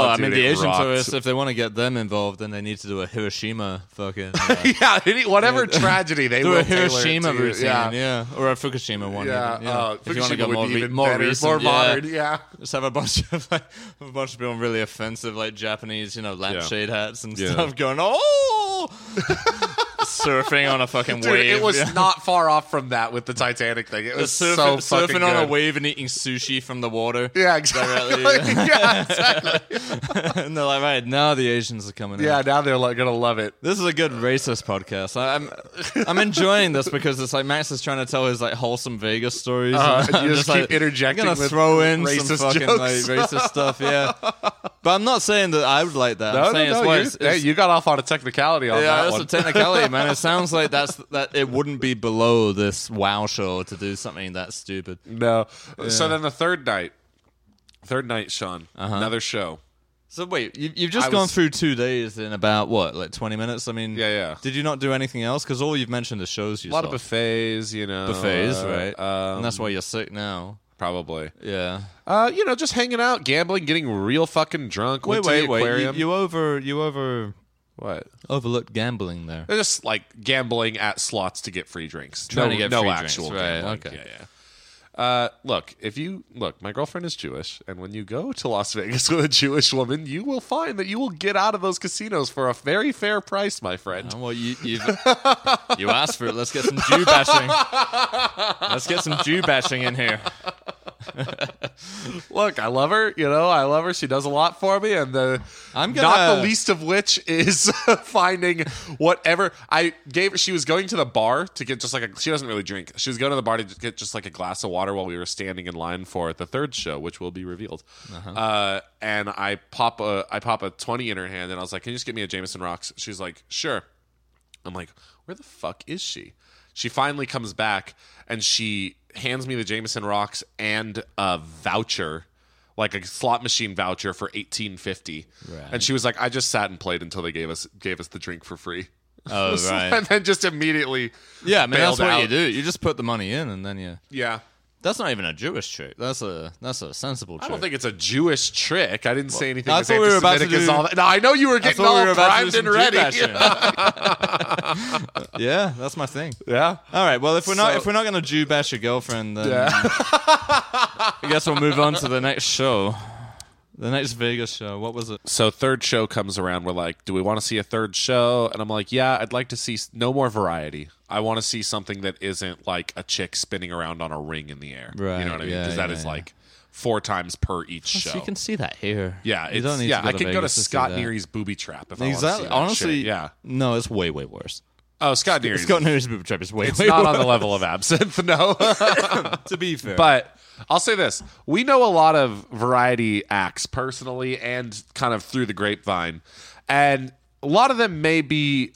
[SPEAKER 1] Oh,
[SPEAKER 2] I
[SPEAKER 1] dude,
[SPEAKER 2] mean, the
[SPEAKER 1] it
[SPEAKER 2] Asian
[SPEAKER 1] rocked.
[SPEAKER 2] tourists, if they want to get them involved, then they need to do a Hiroshima fucking. uh,
[SPEAKER 1] yeah, any, whatever tragedy they
[SPEAKER 2] do
[SPEAKER 1] will
[SPEAKER 2] a
[SPEAKER 1] tailor it
[SPEAKER 2] Hiroshima
[SPEAKER 1] to you.
[SPEAKER 2] routine, yeah. or a Fukushima one.
[SPEAKER 1] Yeah,
[SPEAKER 2] even,
[SPEAKER 1] uh,
[SPEAKER 2] if you want to go
[SPEAKER 1] Fukushima
[SPEAKER 2] more,
[SPEAKER 1] would be
[SPEAKER 2] re-
[SPEAKER 1] even
[SPEAKER 2] more
[SPEAKER 1] better,
[SPEAKER 2] recent,
[SPEAKER 1] more
[SPEAKER 2] yeah.
[SPEAKER 1] modern. Yeah,
[SPEAKER 2] Just have a bunch of like, a bunch of people in really offensive, like Japanese, you know, lampshade hats and
[SPEAKER 1] Yeah.
[SPEAKER 2] stuff, going, "Oh, surfing on a fucking
[SPEAKER 1] Dude,
[SPEAKER 2] wave.
[SPEAKER 1] it was
[SPEAKER 2] Yeah.
[SPEAKER 1] not far off from that with the Titanic thing. It was
[SPEAKER 2] surfing,
[SPEAKER 1] so
[SPEAKER 2] surfing
[SPEAKER 1] fucking
[SPEAKER 2] on a
[SPEAKER 1] good.
[SPEAKER 2] wave and eating sushi from the water.
[SPEAKER 1] Yeah, exactly.
[SPEAKER 2] Directly,
[SPEAKER 1] yeah, exactly.
[SPEAKER 2] and they're like, right now the Asians are coming. in.
[SPEAKER 1] Yeah, now they're like gonna love it.
[SPEAKER 2] This is a good racist podcast. I, I'm I'm enjoying this because it's like Max is trying to tell his like wholesome Vegas stories.
[SPEAKER 1] Uh,
[SPEAKER 2] and
[SPEAKER 1] you
[SPEAKER 2] I'm
[SPEAKER 1] just keep interjecting
[SPEAKER 2] I'm gonna
[SPEAKER 1] with
[SPEAKER 2] throw in some
[SPEAKER 1] racist
[SPEAKER 2] fucking
[SPEAKER 1] jokes.
[SPEAKER 2] like racist stuff. Yeah, but I'm not saying that I would like that.
[SPEAKER 1] No,
[SPEAKER 2] I'm
[SPEAKER 1] no,
[SPEAKER 2] saying
[SPEAKER 1] no.
[SPEAKER 2] it's why
[SPEAKER 1] you,
[SPEAKER 2] it's,
[SPEAKER 1] hey,
[SPEAKER 2] it's-
[SPEAKER 1] you got off on a technicality on
[SPEAKER 2] yeah,
[SPEAKER 1] that
[SPEAKER 2] that's
[SPEAKER 1] one.
[SPEAKER 2] a technicality, man. It sounds like that's that it wouldn't be below this wow show to do something that stupid.
[SPEAKER 1] no. So then the third night, third night, Sean,
[SPEAKER 2] Uh-huh.
[SPEAKER 1] another show.
[SPEAKER 2] So wait, you, you've just
[SPEAKER 1] I
[SPEAKER 2] gone
[SPEAKER 1] was-
[SPEAKER 2] through two days in about what, like twenty minutes? I mean,
[SPEAKER 1] Yeah, yeah.
[SPEAKER 2] Did you not do anything else? Because all you've mentioned is shows you
[SPEAKER 1] A lot of
[SPEAKER 2] saw.
[SPEAKER 1] buffets, you know,
[SPEAKER 2] buffets,
[SPEAKER 1] uh,
[SPEAKER 2] right?
[SPEAKER 1] Um,
[SPEAKER 2] and that's why you're sick now.
[SPEAKER 1] probably.
[SPEAKER 2] Yeah.
[SPEAKER 1] Uh, you know, just hanging out, gambling, getting real fucking drunk. went
[SPEAKER 2] Wait,
[SPEAKER 1] to the
[SPEAKER 2] wait, wait. You,
[SPEAKER 1] aquarium.
[SPEAKER 2] you over, you over,
[SPEAKER 1] what?
[SPEAKER 2] overlooked gambling there.
[SPEAKER 1] They're just like gambling at slots to get free drinks.
[SPEAKER 2] Trying
[SPEAKER 1] no,
[SPEAKER 2] to get
[SPEAKER 1] no
[SPEAKER 2] free
[SPEAKER 1] actual
[SPEAKER 2] drinks, right,
[SPEAKER 1] gambling.
[SPEAKER 2] okay.
[SPEAKER 1] Yeah, yeah. Uh, look, if you look, my girlfriend is Jewish, and when you go to Las Vegas with a Jewish woman, you will find that you will get out of those casinos for a very fair price, my friend.
[SPEAKER 2] Oh, well, you you've, you asked for it. Let's get some Jew bashing. Let's get some Jew bashing in here.
[SPEAKER 1] Look, I love her. You know, I love her. She does a lot for me, and the
[SPEAKER 2] I'm
[SPEAKER 1] not the
[SPEAKER 2] gonna-
[SPEAKER 1] least of which is finding whatever I gave. her She was going to the bar to get just like a. She doesn't really drink. She was going to the bar to just get just like a glass of water while we were standing in line for the third show, which will be revealed.
[SPEAKER 2] Uh-huh.
[SPEAKER 1] uh and I pop a I pop a twenty in her hand, and I was like, "Can you just get me a Jameson rocks?" She's like, "Sure." I'm like, where the fuck is she? She finally comes back and she hands me the Jameson rocks and a voucher, like a slot machine voucher for eighteen fifty.
[SPEAKER 2] Right.
[SPEAKER 1] And she was like, I just sat and played until they gave us gave us the drink for free.
[SPEAKER 2] Oh,
[SPEAKER 1] and
[SPEAKER 2] right.
[SPEAKER 1] then just immediately,
[SPEAKER 2] Yeah, I mean
[SPEAKER 1] Bailed
[SPEAKER 2] that's what
[SPEAKER 1] out.
[SPEAKER 2] you do. You just put the money in, and then you.
[SPEAKER 1] yeah.
[SPEAKER 2] That's not even a Jewish trick. That's a that's a sensible trick.
[SPEAKER 1] I don't think it's a Jewish trick. I didn't say anything.
[SPEAKER 2] I
[SPEAKER 1] as
[SPEAKER 2] thought we were about to
[SPEAKER 1] anti-Semitic as
[SPEAKER 2] do-
[SPEAKER 1] all that. No, I know you were
[SPEAKER 2] that's
[SPEAKER 1] getting
[SPEAKER 2] what
[SPEAKER 1] all
[SPEAKER 2] we were about to do.
[SPEAKER 1] primed
[SPEAKER 2] Some
[SPEAKER 1] and ready.
[SPEAKER 2] Jew bashing. yeah, that's my thing.
[SPEAKER 1] yeah.
[SPEAKER 2] All right. Well, if we're not
[SPEAKER 1] So-
[SPEAKER 2] if we're not gonna Jew bash your girlfriend, then
[SPEAKER 1] Yeah.
[SPEAKER 2] I guess we'll move on to the next show. The next Vegas show. What was it?
[SPEAKER 1] so third show comes around we're like do we want to see a third show and i'm like yeah i'd like to see s- no more variety i want to see something that isn't like a chick spinning around on a ring in the air you
[SPEAKER 2] Right,
[SPEAKER 1] know what i mean
[SPEAKER 2] yeah,
[SPEAKER 1] because that is
[SPEAKER 2] yeah, yeah.
[SPEAKER 1] like four times per each show
[SPEAKER 2] So you can see that here.
[SPEAKER 1] yeah
[SPEAKER 2] you
[SPEAKER 1] it's,
[SPEAKER 2] don't need
[SPEAKER 1] yeah
[SPEAKER 2] to go
[SPEAKER 1] i
[SPEAKER 2] to
[SPEAKER 1] could go to
[SPEAKER 2] Vegas see
[SPEAKER 1] scott
[SPEAKER 2] that.
[SPEAKER 1] neary's booby trap if
[SPEAKER 2] Exactly.
[SPEAKER 1] i want to see that
[SPEAKER 2] Honestly,
[SPEAKER 1] shit. yeah
[SPEAKER 2] No, it's way way worse.
[SPEAKER 1] oh scott neary's
[SPEAKER 2] Scott Neary's booby trap is way
[SPEAKER 1] it's
[SPEAKER 2] way
[SPEAKER 1] not on
[SPEAKER 2] worse.
[SPEAKER 1] the level of absinthe no
[SPEAKER 2] to be fair.
[SPEAKER 1] But I'll say this: we know a lot of variety acts personally, and kind of through the grapevine, and a lot of them may be,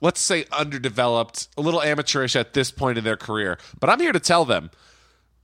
[SPEAKER 1] let's say, underdeveloped, a little amateurish at this point in their career. But I'm here to tell them: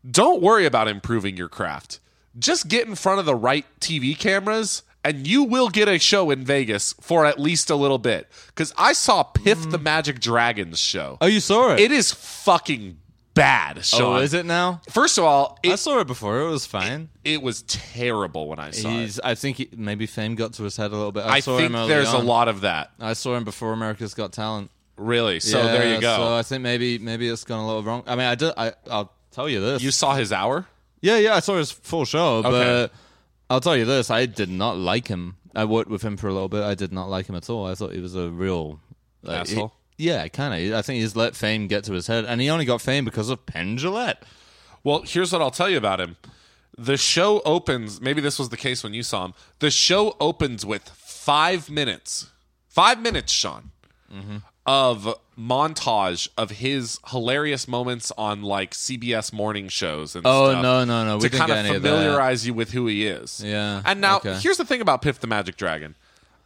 [SPEAKER 1] don't worry about improving your craft. Just get in front of the right TV cameras. And you will get a show in Vegas for at least a little bit. Because I saw Piff the Magic Dragons show.
[SPEAKER 2] Mm. oh, you saw it.
[SPEAKER 1] It is fucking bad,
[SPEAKER 2] oh,
[SPEAKER 1] Sean.
[SPEAKER 2] is it now?
[SPEAKER 1] First of all,
[SPEAKER 2] I
[SPEAKER 1] it,
[SPEAKER 2] saw it before. It was fine.
[SPEAKER 1] it was terrible when I saw it.
[SPEAKER 2] He's. I think he, maybe fame got to his head a little bit. I,
[SPEAKER 1] I
[SPEAKER 2] saw
[SPEAKER 1] think
[SPEAKER 2] him early
[SPEAKER 1] there's a
[SPEAKER 2] on.
[SPEAKER 1] lot of that.
[SPEAKER 2] I saw him before America's Got Talent.
[SPEAKER 1] Really. So
[SPEAKER 2] Yeah,
[SPEAKER 1] there you go.
[SPEAKER 2] So I think maybe maybe it's gone a little wrong. I mean, I did. I I'll tell you this.
[SPEAKER 1] you saw his hour?
[SPEAKER 2] yeah, yeah. I saw his full show,
[SPEAKER 1] Okay.
[SPEAKER 2] but I'll tell you this. I did not like him. I worked with him for a little bit. I did not like him at all. I thought he was a real like,
[SPEAKER 1] Asshole?
[SPEAKER 2] he- yeah, kind of. I think he's let fame get to his head, and he only got fame because of Penn Jillette.
[SPEAKER 1] Well, here's what I'll tell you about him. The show opens, maybe this was the case when you saw him. The show opens with five minutes, five minutes, Sean,
[SPEAKER 2] Mm-hmm.
[SPEAKER 1] of montage of his hilarious moments on like CBS morning shows and
[SPEAKER 2] Oh
[SPEAKER 1] stuff.
[SPEAKER 2] no, no, no. We
[SPEAKER 1] to
[SPEAKER 2] didn't
[SPEAKER 1] kind
[SPEAKER 2] get
[SPEAKER 1] of
[SPEAKER 2] any of that.
[SPEAKER 1] familiarize you with who he is.
[SPEAKER 2] Yeah,
[SPEAKER 1] And now
[SPEAKER 2] okay.
[SPEAKER 1] here's the thing about Piff the Magic Dragon.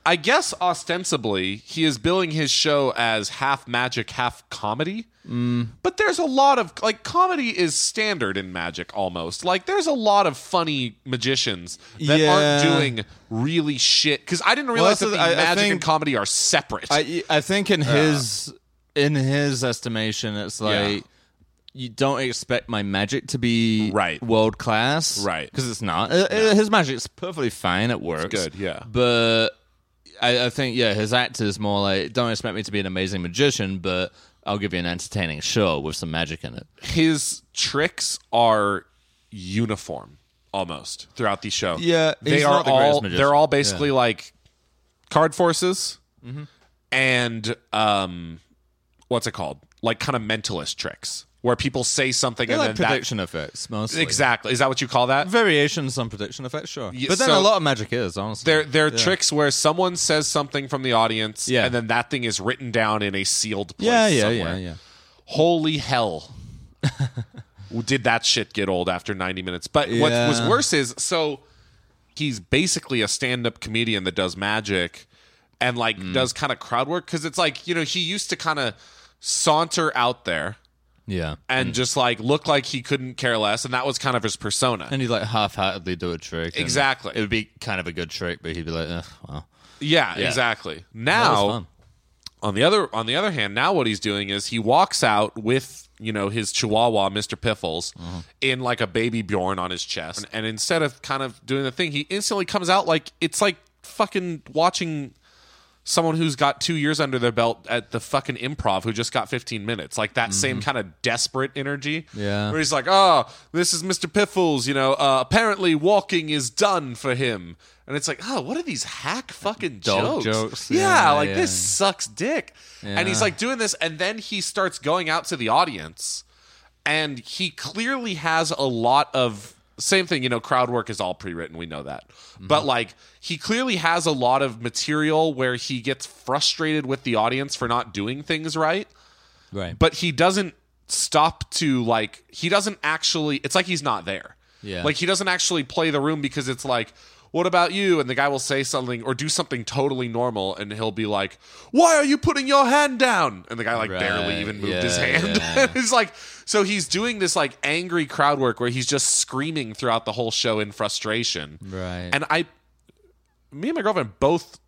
[SPEAKER 1] I guess ostensibly he is billing his show as half magic, half comedy.
[SPEAKER 2] Mm.
[SPEAKER 1] But there's a lot of like comedy is standard in magic almost. Like there's a lot of funny magicians that
[SPEAKER 2] Yeah.
[SPEAKER 1] aren't doing really shit. Because I didn't realize
[SPEAKER 2] that's
[SPEAKER 1] that
[SPEAKER 2] the-
[SPEAKER 1] the
[SPEAKER 2] I- I
[SPEAKER 1] magic and
[SPEAKER 2] think-
[SPEAKER 1] comedy are separate.
[SPEAKER 2] I I think in his in his estimation, it's like. You don't expect my magic to be
[SPEAKER 1] Right.
[SPEAKER 2] world class,
[SPEAKER 1] Right.
[SPEAKER 2] Because it's not. Uh, uh, His magic's perfectly fine; it works,
[SPEAKER 1] good, yeah.
[SPEAKER 2] But I, I think, yeah, his act is more like, don't expect me to be an amazing magician, but I'll give you an entertaining show with some magic in it.
[SPEAKER 1] his tricks are uniform almost throughout the show.
[SPEAKER 2] Yeah,
[SPEAKER 1] they
[SPEAKER 2] he's
[SPEAKER 1] are
[SPEAKER 2] not the greatest
[SPEAKER 1] all
[SPEAKER 2] magician.
[SPEAKER 1] they're all basically like card forces and um what's it called? Like kind of mentalist tricks where people say something
[SPEAKER 2] They're
[SPEAKER 1] and
[SPEAKER 2] like
[SPEAKER 1] then
[SPEAKER 2] prediction effects, mostly.
[SPEAKER 1] that exactly. Is that what you call that?
[SPEAKER 2] Variations on prediction effects, sure.
[SPEAKER 1] Yeah,
[SPEAKER 2] but then
[SPEAKER 1] so-
[SPEAKER 2] a lot of magic is, honestly.
[SPEAKER 1] They're, they're tricks where someone says something from the audience,
[SPEAKER 2] Yeah.
[SPEAKER 1] and then that thing is written down in a sealed place
[SPEAKER 2] yeah, yeah,
[SPEAKER 1] somewhere.
[SPEAKER 2] yeah, yeah.
[SPEAKER 1] Holy hell. Did that shit get old after 90 minutes? But
[SPEAKER 2] Yeah.
[SPEAKER 1] what was worse is so he's basically a stand up comedian that does magic and like
[SPEAKER 2] Mm.
[SPEAKER 1] does kind of crowd work because it's like, you know, he used to kind of saunter out there
[SPEAKER 2] Yeah.
[SPEAKER 1] and just like look like he couldn't care less. And that was kind of his persona.
[SPEAKER 2] And he'd like half heartedly do a trick. and
[SPEAKER 1] Exactly.
[SPEAKER 2] It would be kind of a good trick, but he'd be like, eh, wow.
[SPEAKER 1] yeah,
[SPEAKER 2] Yeah.
[SPEAKER 1] exactly.
[SPEAKER 2] That was
[SPEAKER 1] Now,
[SPEAKER 2] fun.
[SPEAKER 1] on the other on the other hand, now what he's doing is he walks out with you know his Chihuahua, Mister Piffles,
[SPEAKER 2] Mm-hmm.
[SPEAKER 1] in like a baby Bjorn on his chest, and instead of kind of doing the thing, he instantly comes out like it's like fucking watching someone who's got two years under their belt at the fucking improv who just got 15 minutes like that same kind of desperate energy
[SPEAKER 2] Mm-hmm. Yeah.
[SPEAKER 1] where he's like oh this is mr piffles you know uh, apparently walking is done for him and it's like oh what are these hack fucking
[SPEAKER 2] Dog
[SPEAKER 1] jokes,
[SPEAKER 2] jokes.
[SPEAKER 1] yeah,
[SPEAKER 2] Yeah,
[SPEAKER 1] like
[SPEAKER 2] yeah.
[SPEAKER 1] this sucks dick and he's
[SPEAKER 2] Yeah.
[SPEAKER 1] like doing this and then he starts going out to the audience and he clearly has a lot of same thing you know crowd work is all pre-written we know that
[SPEAKER 2] Mm-hmm.
[SPEAKER 1] but like he clearly has a lot of material where he gets frustrated with the audience for not doing things right
[SPEAKER 2] Right.
[SPEAKER 1] but he doesn't stop to like he doesn't actually it's like he's not there
[SPEAKER 2] Yeah.
[SPEAKER 1] like he doesn't actually play the room because it's like what about you and the guy will say something or do something totally normal and he'll be like why are you putting your hand down and the guy like barely
[SPEAKER 2] Right.
[SPEAKER 1] even moved his
[SPEAKER 2] Yeah,
[SPEAKER 1] hand
[SPEAKER 2] yeah.
[SPEAKER 1] it's like so he's doing this like angry crowd work where he's just screaming throughout the whole show in frustration
[SPEAKER 2] right.
[SPEAKER 1] and i me and my girlfriend both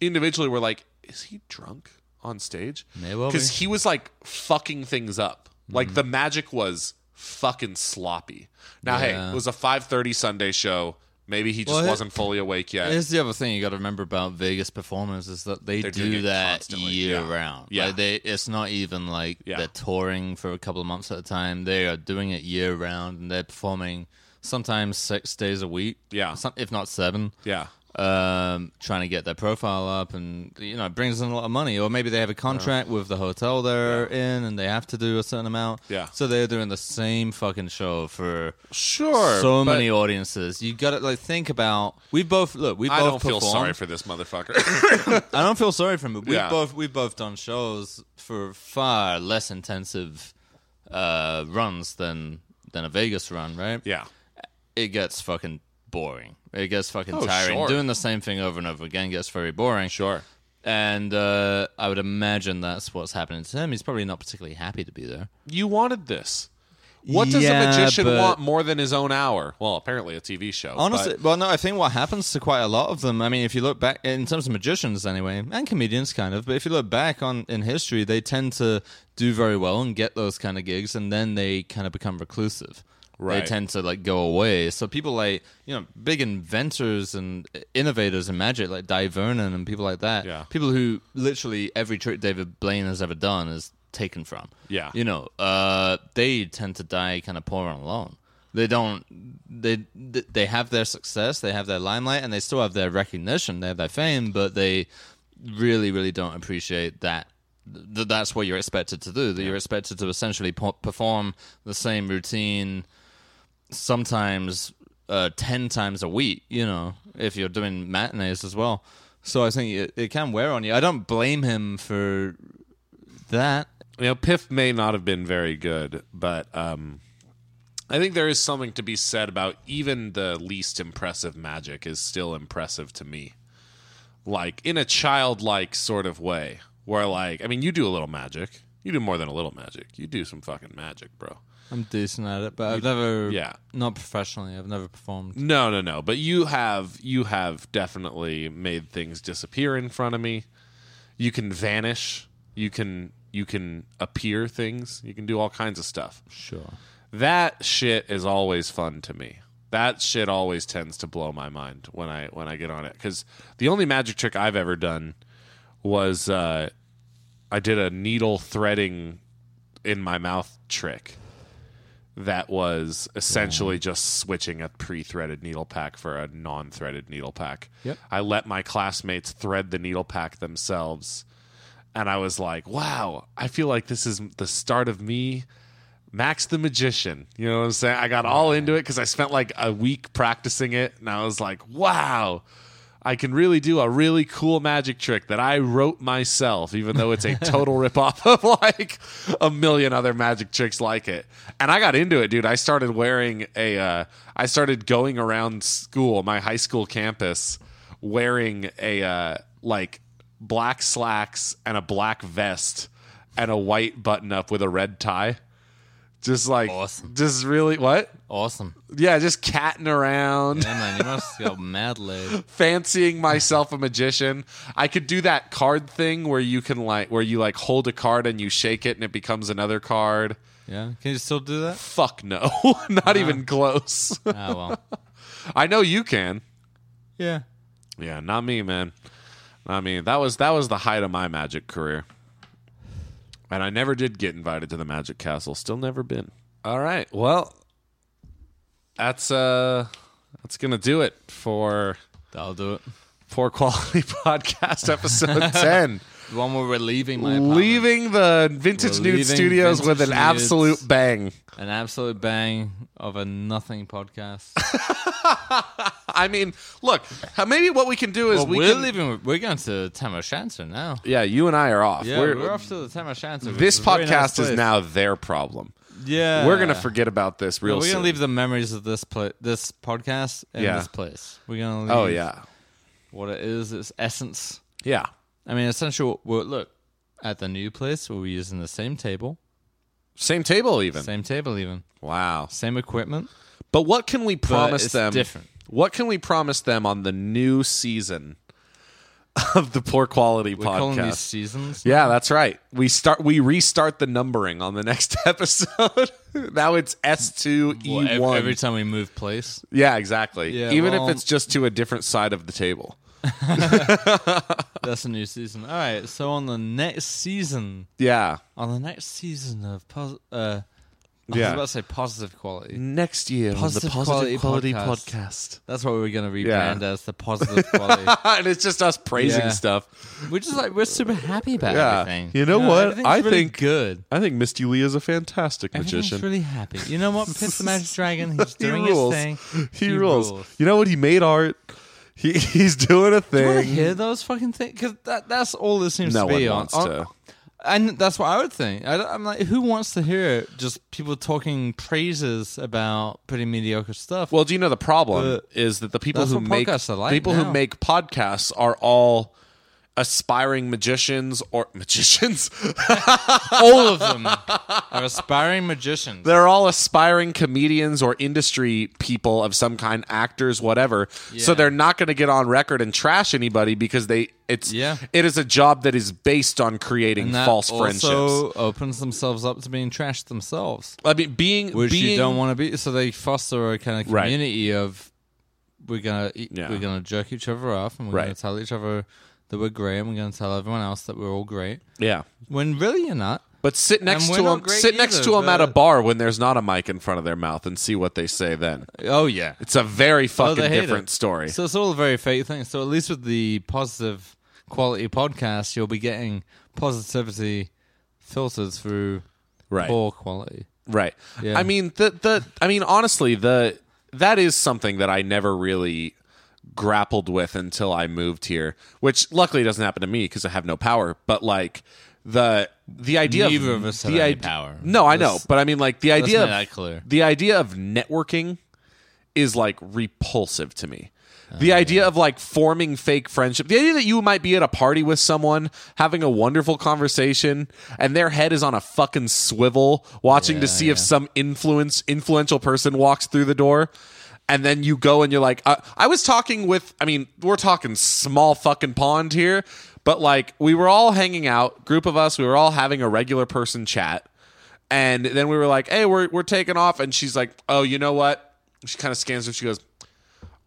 [SPEAKER 1] individually were like is he drunk on stage
[SPEAKER 2] May well
[SPEAKER 1] because
[SPEAKER 2] be.
[SPEAKER 1] he was like fucking things up. Like the magic was fucking sloppy. Now, hey,
[SPEAKER 2] Yeah.
[SPEAKER 1] it was a five thirty Sunday show. Maybe he just
[SPEAKER 2] Well, it-
[SPEAKER 1] wasn't fully awake yet.
[SPEAKER 2] Here's the other thing you got to remember about Vegas performers is that they
[SPEAKER 1] doing it
[SPEAKER 2] do that
[SPEAKER 1] constantly,
[SPEAKER 2] year
[SPEAKER 1] yeah.
[SPEAKER 2] round.
[SPEAKER 1] Yeah.
[SPEAKER 2] Like they, it's not even like
[SPEAKER 1] Yeah.
[SPEAKER 2] they're touring for a couple of months at a time. They are doing it year round and they're performing sometimes six days a week.
[SPEAKER 1] Yeah.
[SPEAKER 2] some, if not seven.
[SPEAKER 1] yeah,
[SPEAKER 2] Um, trying to get their profile up, and you know, it brings in a lot of money. Or maybe they have a contract with the hotel they're in, and they have to do a certain amount.
[SPEAKER 1] Yeah.
[SPEAKER 2] So they're doing the same fucking show for
[SPEAKER 1] sure.
[SPEAKER 2] so
[SPEAKER 1] but
[SPEAKER 2] many audiences. You got to like think about. We both look. We both
[SPEAKER 1] I don't feel
[SPEAKER 2] performed.
[SPEAKER 1] sorry for this motherfucker.
[SPEAKER 2] I don't feel sorry for him. But we've
[SPEAKER 1] Yeah.
[SPEAKER 2] both we've both done shows for far less intensive uh, runs than than a Vegas run, right?
[SPEAKER 1] yeah,
[SPEAKER 2] It gets fucking boring. It gets fucking
[SPEAKER 1] Oh,
[SPEAKER 2] tiring.
[SPEAKER 1] sure.
[SPEAKER 2] Doing the same thing over and over again gets very boring.
[SPEAKER 1] sure.
[SPEAKER 2] And uh, I would imagine that's what's happening to him. He's probably not particularly happy to be there.
[SPEAKER 1] You wanted this. What does
[SPEAKER 2] Yeah,
[SPEAKER 1] a magician
[SPEAKER 2] but-
[SPEAKER 1] want more than his own hour? Well, apparently a TV show. but-
[SPEAKER 2] Honestly, well, no, I think what happens to quite a lot of them. I mean, if you look back in terms of magicians, anyway, and comedians, kind of, but if you look back on in history, they tend to do very well and get those kind of gigs, and then they kind of become reclusive.
[SPEAKER 1] Right.
[SPEAKER 2] They tend to like go away. So people like you know big inventors and innovators in magic, like Di Vernon and people like that.
[SPEAKER 1] Yeah.
[SPEAKER 2] People who literally every trick David Blaine has ever done is taken from.
[SPEAKER 1] Yeah.
[SPEAKER 2] You know, uh, they tend to die kind of poor and alone. They don't. They th- they have their success, they have their limelight, and they still have their recognition, they have their fame, but they really, really don't appreciate that. That that's what you're expected to do. That you're expected to essentially po- perform the same routine, sometimes uh, ten times a week. You know, if you're doing matinees as well. So I think it, it can wear on you. I don't blame him for that.
[SPEAKER 1] you know, Piff may not have been very good, but um, I think there is something to be said about even the least impressive magic is still impressive to me. Like in a childlike sort of way, where like I mean, you do a little magic. You do more than a little magic. You do some fucking magic, bro.
[SPEAKER 2] I'm decent at it, but I've never,
[SPEAKER 1] yeah.
[SPEAKER 2] not professionally. I've never performed.
[SPEAKER 1] No, no, no. But you have you have definitely made things disappear in front of me. You can vanish. You can you can appear things. You can do all kinds of stuff.
[SPEAKER 2] Sure.
[SPEAKER 1] that shit is always fun to me. That shit always tends to blow my mind when I when I get on it because the only magic trick I've ever done was uh, I did a needle threading in my mouth trick that was essentially just switching a pre-threaded needle pack for a non-threaded needle pack.
[SPEAKER 2] Yep.
[SPEAKER 1] I let my classmates thread the needle pack themselves and I was like, wow, I feel like this is the start of me, Max the Magician. You know what I'm saying? I got all into it because I spent like a week practicing it, and I was like, wow. I can really do a really cool magic trick that I wrote myself, even though it's a total ripoff of like a million other magic tricks like it. And I got into it, dude. I started wearing a, uh, I started going around school, my high school campus, wearing a uh, like black slacks and a black vest and a white button up with a red tie. Just like,
[SPEAKER 2] Awesome.
[SPEAKER 1] just really, what?
[SPEAKER 2] Awesome.
[SPEAKER 1] Yeah, just catting around
[SPEAKER 2] Yeah, man, you must go mad late.
[SPEAKER 1] fancying myself a magician. I could do that card thing where you can like where you like hold a card and you shake it and it becomes another card.
[SPEAKER 2] Yeah. Can you still do that?
[SPEAKER 1] Fuck no. Not even close.
[SPEAKER 2] Ah, well.
[SPEAKER 1] I know you can.
[SPEAKER 2] Yeah.
[SPEAKER 1] Yeah, not me, man. Not me. That was that was the height of my magic career. And I never did get invited to the Magic Castle. Still never been. All right. Well, that's uh that's going to do it for
[SPEAKER 2] That'll do it.
[SPEAKER 1] Poor Quality Podcast episode 10.
[SPEAKER 2] The one where we're leaving my apartment.
[SPEAKER 1] leaving the vintage
[SPEAKER 2] We're
[SPEAKER 1] nude
[SPEAKER 2] leaving
[SPEAKER 1] studios
[SPEAKER 2] Vintage
[SPEAKER 1] with an
[SPEAKER 2] Nudes.
[SPEAKER 1] absolute bang
[SPEAKER 2] An absolute bang of a nothing podcast.
[SPEAKER 1] i mean look how- maybe what we can do is
[SPEAKER 2] Well,
[SPEAKER 1] we
[SPEAKER 2] we are
[SPEAKER 1] can,
[SPEAKER 2] leaving. We're going to Tama Shanter now.
[SPEAKER 1] yeah you and i are off
[SPEAKER 2] Yeah,
[SPEAKER 1] We're-
[SPEAKER 2] we're, off to the Tama Shanter. which
[SPEAKER 1] this
[SPEAKER 2] is a very
[SPEAKER 1] podcast
[SPEAKER 2] nice
[SPEAKER 1] is
[SPEAKER 2] place.
[SPEAKER 1] now their problem
[SPEAKER 2] Yeah,
[SPEAKER 1] we're gonna forget about this real
[SPEAKER 2] We're
[SPEAKER 1] soon
[SPEAKER 2] gonna leave the memories of this pla- this podcast in
[SPEAKER 1] Yeah.
[SPEAKER 2] this place. We're gonna leave.
[SPEAKER 1] oh yeah
[SPEAKER 2] what it is, its essence.
[SPEAKER 1] yeah
[SPEAKER 2] I mean, essential. Well, look at the new place. We're using the same table,
[SPEAKER 1] same table even
[SPEAKER 2] same table, even
[SPEAKER 1] wow
[SPEAKER 2] same equipment.
[SPEAKER 1] but what can we promise
[SPEAKER 2] it's
[SPEAKER 1] them
[SPEAKER 2] different.
[SPEAKER 1] what can we promise them on the new season of the poor quality
[SPEAKER 2] We're calling these
[SPEAKER 1] podcast
[SPEAKER 2] seasons.
[SPEAKER 1] Yeah, that's right. We start we restart the numbering on the next episode. now it's S two
[SPEAKER 2] Well,
[SPEAKER 1] E
[SPEAKER 2] ev- every
[SPEAKER 1] one.
[SPEAKER 2] time we move place,
[SPEAKER 1] Yeah, exactly.
[SPEAKER 2] Yeah,
[SPEAKER 1] Even
[SPEAKER 2] well-
[SPEAKER 1] if it's just to a different side of the table.
[SPEAKER 2] that's a new season. All right, so on the next season,
[SPEAKER 1] Yeah.
[SPEAKER 2] on the next season of pos- uh, I
[SPEAKER 1] Yeah.
[SPEAKER 2] was about to say positive quality.
[SPEAKER 1] Next year
[SPEAKER 2] Positive
[SPEAKER 1] on the Positive Quality,
[SPEAKER 2] Quality Podcast.
[SPEAKER 1] Podcast.
[SPEAKER 2] That's what we were gonna rebrand
[SPEAKER 1] Yeah.
[SPEAKER 2] as the positive quality.
[SPEAKER 1] and it's just us praising
[SPEAKER 2] Yeah.
[SPEAKER 1] stuff.
[SPEAKER 2] we're just like we're super happy about
[SPEAKER 1] Yeah.
[SPEAKER 2] everything.
[SPEAKER 1] You know what?
[SPEAKER 2] everything's
[SPEAKER 1] I
[SPEAKER 2] really
[SPEAKER 1] think-
[SPEAKER 2] good.
[SPEAKER 1] I think Misty Lee is a fantastic magician.
[SPEAKER 2] Everything's really happy. You know what? Piss the magic dragon. He's
[SPEAKER 1] he
[SPEAKER 2] doing
[SPEAKER 1] rules.
[SPEAKER 2] his thing.
[SPEAKER 1] He, rules. You know what? He made art. He, he's doing a
[SPEAKER 2] You want to
[SPEAKER 1] thing.
[SPEAKER 2] hear those fucking things? Because that, that's all it seems
[SPEAKER 1] No
[SPEAKER 2] to be
[SPEAKER 1] one
[SPEAKER 2] on-
[SPEAKER 1] wants
[SPEAKER 2] on.
[SPEAKER 1] to.
[SPEAKER 2] And that's what I would think. I, don't- I'm like, who wants to hear just people talking praises about pretty mediocre stuff?
[SPEAKER 1] Well, do you know the problem
[SPEAKER 2] Uh,
[SPEAKER 1] is that the people
[SPEAKER 2] that's
[SPEAKER 1] who
[SPEAKER 2] what
[SPEAKER 1] make
[SPEAKER 2] podcasts are like
[SPEAKER 1] people
[SPEAKER 2] now.
[SPEAKER 1] who make podcasts are all aspiring magicians or magicians.
[SPEAKER 2] all of them are aspiring magicians.
[SPEAKER 1] They're all aspiring comedians or industry people of some kind, actors, whatever.
[SPEAKER 2] Yeah.
[SPEAKER 1] So they're not going to get on record and trash anybody because they it's
[SPEAKER 2] Yeah.
[SPEAKER 1] it is a job that is based on creating
[SPEAKER 2] And that
[SPEAKER 1] false
[SPEAKER 2] also
[SPEAKER 1] friendships.
[SPEAKER 2] opens themselves up to being trashed themselves.
[SPEAKER 1] I mean, being
[SPEAKER 2] which
[SPEAKER 1] being
[SPEAKER 2] you don't want to be. So they foster a kind of
[SPEAKER 1] Right.
[SPEAKER 2] community of we're gonna eat-
[SPEAKER 1] Yeah.
[SPEAKER 2] we're gonna jerk each other off, and we're gonna
[SPEAKER 1] Right.
[SPEAKER 2] tell each other that we're great, and we're gonna tell everyone else that we're all great.
[SPEAKER 1] yeah.
[SPEAKER 2] When really you're not.
[SPEAKER 1] But sit next
[SPEAKER 2] we're
[SPEAKER 1] to
[SPEAKER 2] not
[SPEAKER 1] them.
[SPEAKER 2] great
[SPEAKER 1] Sit next
[SPEAKER 2] either,
[SPEAKER 1] to them at a
[SPEAKER 2] but-
[SPEAKER 1] bar when there's not a mic in front of their mouth and see what they say. Then
[SPEAKER 2] Oh yeah,
[SPEAKER 1] it's a very
[SPEAKER 2] oh,
[SPEAKER 1] fucking
[SPEAKER 2] they hate
[SPEAKER 1] different
[SPEAKER 2] it.
[SPEAKER 1] story.
[SPEAKER 2] So it's all a very fake thing. So at least with the positive quality podcast, you'll be getting positivity filtered through
[SPEAKER 1] right.
[SPEAKER 2] poor quality.
[SPEAKER 1] Right.
[SPEAKER 2] Yeah.
[SPEAKER 1] I mean the the I mean honestly the that is something that I never really grappled with until I moved here, which luckily doesn't happen to me because I have no power. But like the the idea
[SPEAKER 2] Neither
[SPEAKER 1] of,
[SPEAKER 2] of us
[SPEAKER 1] the
[SPEAKER 2] have any
[SPEAKER 1] ide-
[SPEAKER 2] power.
[SPEAKER 1] No, I know,
[SPEAKER 2] Let's-
[SPEAKER 1] but I mean like the idea
[SPEAKER 2] make
[SPEAKER 1] of,
[SPEAKER 2] that clear.
[SPEAKER 1] the idea of networking is like repulsive to me.
[SPEAKER 2] Oh,
[SPEAKER 1] The idea of like forming fake friendship, the idea that you might be at a party with someone having a wonderful conversation and their head is on a fucking swivel watching
[SPEAKER 2] Yeah,
[SPEAKER 1] to see if
[SPEAKER 2] yeah.
[SPEAKER 1] some influence influential person walks through the door and then you go and you're like uh, I was talking with I mean we're talking small fucking pond here but like we were all hanging out group of us we were all having a regular person chat and then we were like, "Hey, we're we're taking off." And she's like, "Oh, you know what?" She kind of scans her. She goes,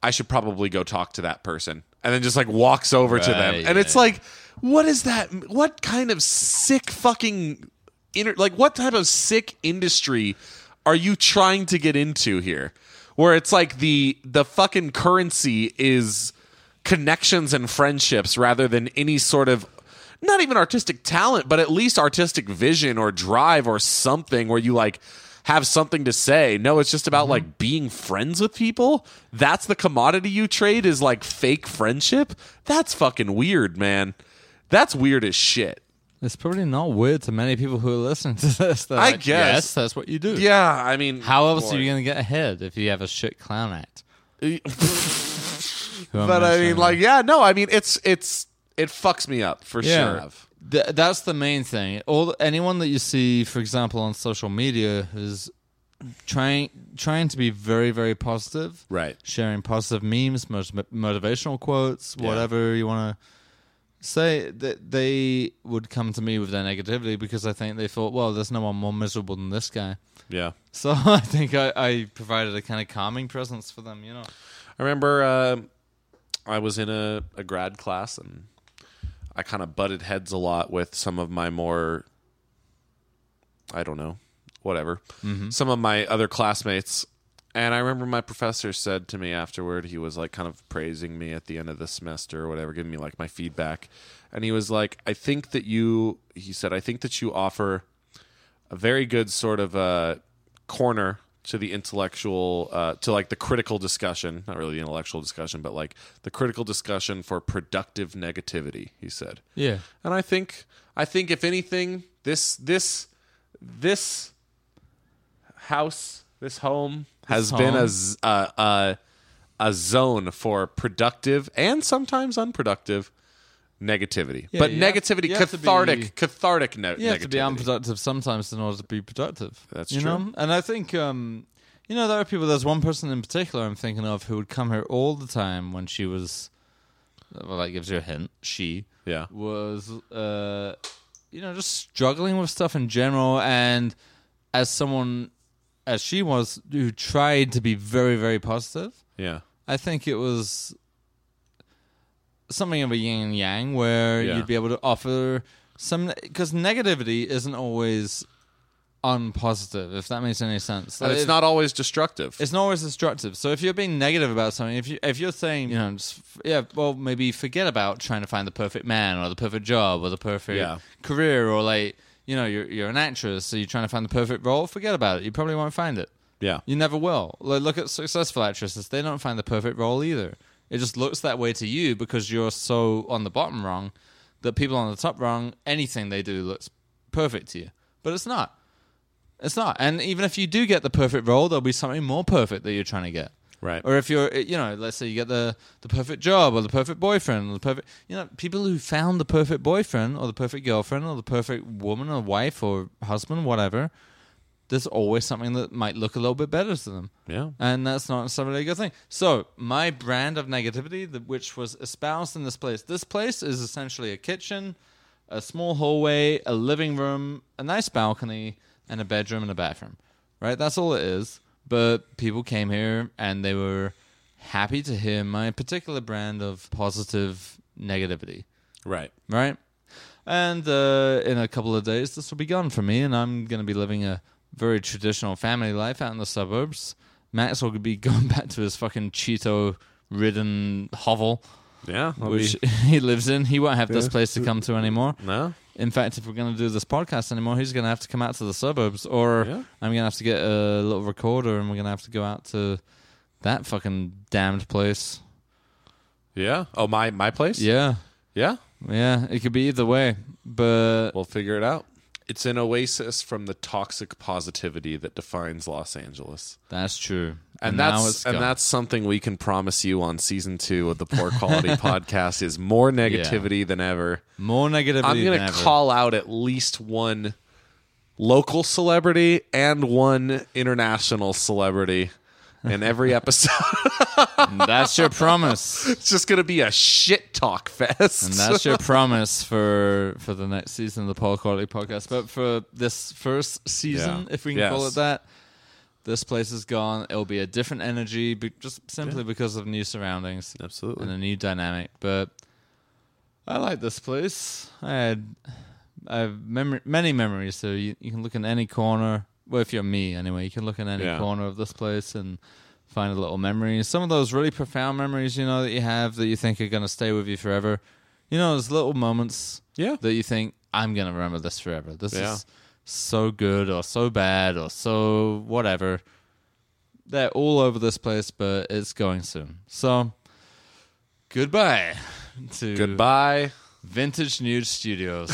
[SPEAKER 1] "I should probably go talk to that person." And then just like walks over to them.
[SPEAKER 2] Right,
[SPEAKER 1] And it's like, "What is that? What kind of sick fucking inter- like what type of sick industry are you trying to get into here?" Where it's like the the fucking currency is connections and friendships rather than any sort of not even artistic talent, but at least artistic vision or drive or something where you like have something to say. No, it's just about like being friends with people. That's the commodity you trade is like fake friendship. That's fucking weird, man. That's weird as shit.
[SPEAKER 2] It's probably not weird to many people who are listening to this. They're
[SPEAKER 1] I
[SPEAKER 2] like,
[SPEAKER 1] guess.
[SPEAKER 2] yes, that's what you do.
[SPEAKER 1] Yeah, I mean,
[SPEAKER 2] How else
[SPEAKER 1] boy.
[SPEAKER 2] are you going to get ahead if you have a shit clown act? Who am
[SPEAKER 1] But I mean,
[SPEAKER 2] mentioning?
[SPEAKER 1] like, yeah, no, I mean, it's it's it fucks me up for sure.
[SPEAKER 2] Th- that's the main thing. All anyone that you see, for example, on social media, who's trying trying to be very very positive,
[SPEAKER 1] Right.
[SPEAKER 2] sharing positive memes, mot- motivational quotes, whatever you want to say, that they would come to me with their negativity because I think they thought, well, there's no one more miserable than this guy.
[SPEAKER 1] Yeah.
[SPEAKER 2] So I think I, I provided a kind of calming presence for them, you know.
[SPEAKER 1] I remember uh, I was in a, a grad class and I kind of butted heads a lot with some of my more, I don't know, whatever, some of my other classmates. And I remember my professor said to me afterward, he was like kind of praising me at the end of the semester or whatever, giving me like my feedback. And he was like, I think that you, he said, I think that you offer a very good sort of uh, corner to the intellectual, uh, to like the critical discussion, not really the intellectual discussion, but like the critical discussion for productive negativity, he said.
[SPEAKER 2] Yeah.
[SPEAKER 1] And I think, I think if anything, this, this, this house, this home has been a,
[SPEAKER 2] home.
[SPEAKER 1] z- a, a, a zone for productive and sometimes unproductive negativity, but
[SPEAKER 2] you have-
[SPEAKER 1] negativity,
[SPEAKER 2] you have to
[SPEAKER 1] cathartic,
[SPEAKER 2] be-
[SPEAKER 1] cathartic no-
[SPEAKER 2] You have to be
[SPEAKER 1] negativity.
[SPEAKER 2] unproductive sometimes in order to be productive.
[SPEAKER 1] That's
[SPEAKER 2] you
[SPEAKER 1] true.
[SPEAKER 2] Know? And I think, um, you know, there are people. There's one person in particular I'm thinking of who would come here all the time when she was. Well, that gives you a hint. She
[SPEAKER 1] Yeah.
[SPEAKER 2] was, uh, you know, just struggling with stuff in general. And as someone, as she was, who tried to be very, very positive,
[SPEAKER 1] Yeah.
[SPEAKER 2] I think it was something of a yin and yang where
[SPEAKER 1] Yeah.
[SPEAKER 2] you'd be able to offer some because negativity isn't always unpositive, if that makes any sense.
[SPEAKER 1] And
[SPEAKER 2] Like,
[SPEAKER 1] it's
[SPEAKER 2] if-
[SPEAKER 1] not always destructive.
[SPEAKER 2] It's not always destructive. So if you're being negative about something, if you if you're saying you know just, f- yeah, well maybe forget about trying to find the perfect man or the perfect job or the perfect
[SPEAKER 1] Yeah.
[SPEAKER 2] career or like you know you're you're an actress so you're trying to find the perfect role. Forget about it. You probably won't find it.
[SPEAKER 1] yeah.
[SPEAKER 2] You never will. Like, look at successful actresses; they don't find the perfect role either. It just looks that way to you because you're so on the bottom wrong that people on the top wrong. Anything they do looks perfect to you, but it's not. It's not. And even if you do get the perfect role, there'll be something more perfect that you're trying to get.
[SPEAKER 1] Right.
[SPEAKER 2] Or if you're, eh, you know, let's say you get the the perfect job or the perfect boyfriend or the perfect, you know, people who found the perfect boyfriend or the perfect girlfriend or the perfect woman or wife or husband, whatever. There's always something that might look a little bit better to them.
[SPEAKER 1] Yeah.
[SPEAKER 2] And that's not necessarily a good thing. So, my brand of negativity, the, which was espoused in this place, this place is essentially a kitchen, a small hallway, a living room, a nice balcony, and a bedroom and a bathroom. Right? That's all it is. But people came here and they were happy to hear my particular brand of positive negativity
[SPEAKER 1] Right.
[SPEAKER 2] right? And uh, in a couple of days, this will be gone for me, and I'm going to be living a very traditional family life out in the suburbs. Max will be going back to his fucking Cheeto ridden hovel,
[SPEAKER 1] Yeah. I'll
[SPEAKER 2] which
[SPEAKER 1] be-
[SPEAKER 2] he lives in. He won't have this place to come to anymore.
[SPEAKER 1] no.
[SPEAKER 2] In fact, if we're going to do this podcast anymore, he's going to have to come out to the suburbs, or
[SPEAKER 1] Yeah.
[SPEAKER 2] I'm going to have to get a little recorder and we're going to have to go out to that fucking damned place.
[SPEAKER 1] Yeah. Oh, my my place.
[SPEAKER 2] Yeah.
[SPEAKER 1] Yeah.
[SPEAKER 2] Yeah. It could be either way, but
[SPEAKER 1] We'll figure it out. It's an oasis from the toxic positivity that defines Los Angeles,
[SPEAKER 2] That's true.
[SPEAKER 1] and,
[SPEAKER 2] now
[SPEAKER 1] that's
[SPEAKER 2] it's
[SPEAKER 1] and
[SPEAKER 2] gone.
[SPEAKER 1] that's something we can promise you on season two of the Poor Quality Podcast is more negativity than ever.
[SPEAKER 2] more negativity.
[SPEAKER 1] I'm
[SPEAKER 2] than
[SPEAKER 1] gonna
[SPEAKER 2] ever.
[SPEAKER 1] call out at least one local celebrity and one international celebrity in every episode.
[SPEAKER 2] That's your promise.
[SPEAKER 1] it's just gonna be a shit talk fest.
[SPEAKER 2] And that's your promise for for the next season of the Paul Corley podcast. But for this first season,
[SPEAKER 1] Yeah.
[SPEAKER 2] if we can call
[SPEAKER 1] Yes.
[SPEAKER 2] it that, this place is gone. It'll be a different energy, be just simply because of new surroundings
[SPEAKER 1] Absolutely.
[SPEAKER 2] and a new dynamic. But I like this place. I had I have mem- many memories. So you, you can look in any corner. Well, if you're me, anyway, you can look in any
[SPEAKER 1] Yeah.
[SPEAKER 2] corner of this place and find a little memory. Some of those really profound memories, you know, that you have that you think are going to stay with you forever. you know, those little moments
[SPEAKER 1] Yeah.
[SPEAKER 2] that you think, I'm going to remember this forever. This
[SPEAKER 1] Yeah.
[SPEAKER 2] is so good or so bad or so whatever. They're all over this place, but it's going soon. So, goodbye to
[SPEAKER 1] Goodbye.
[SPEAKER 2] Vintage Nude Studios.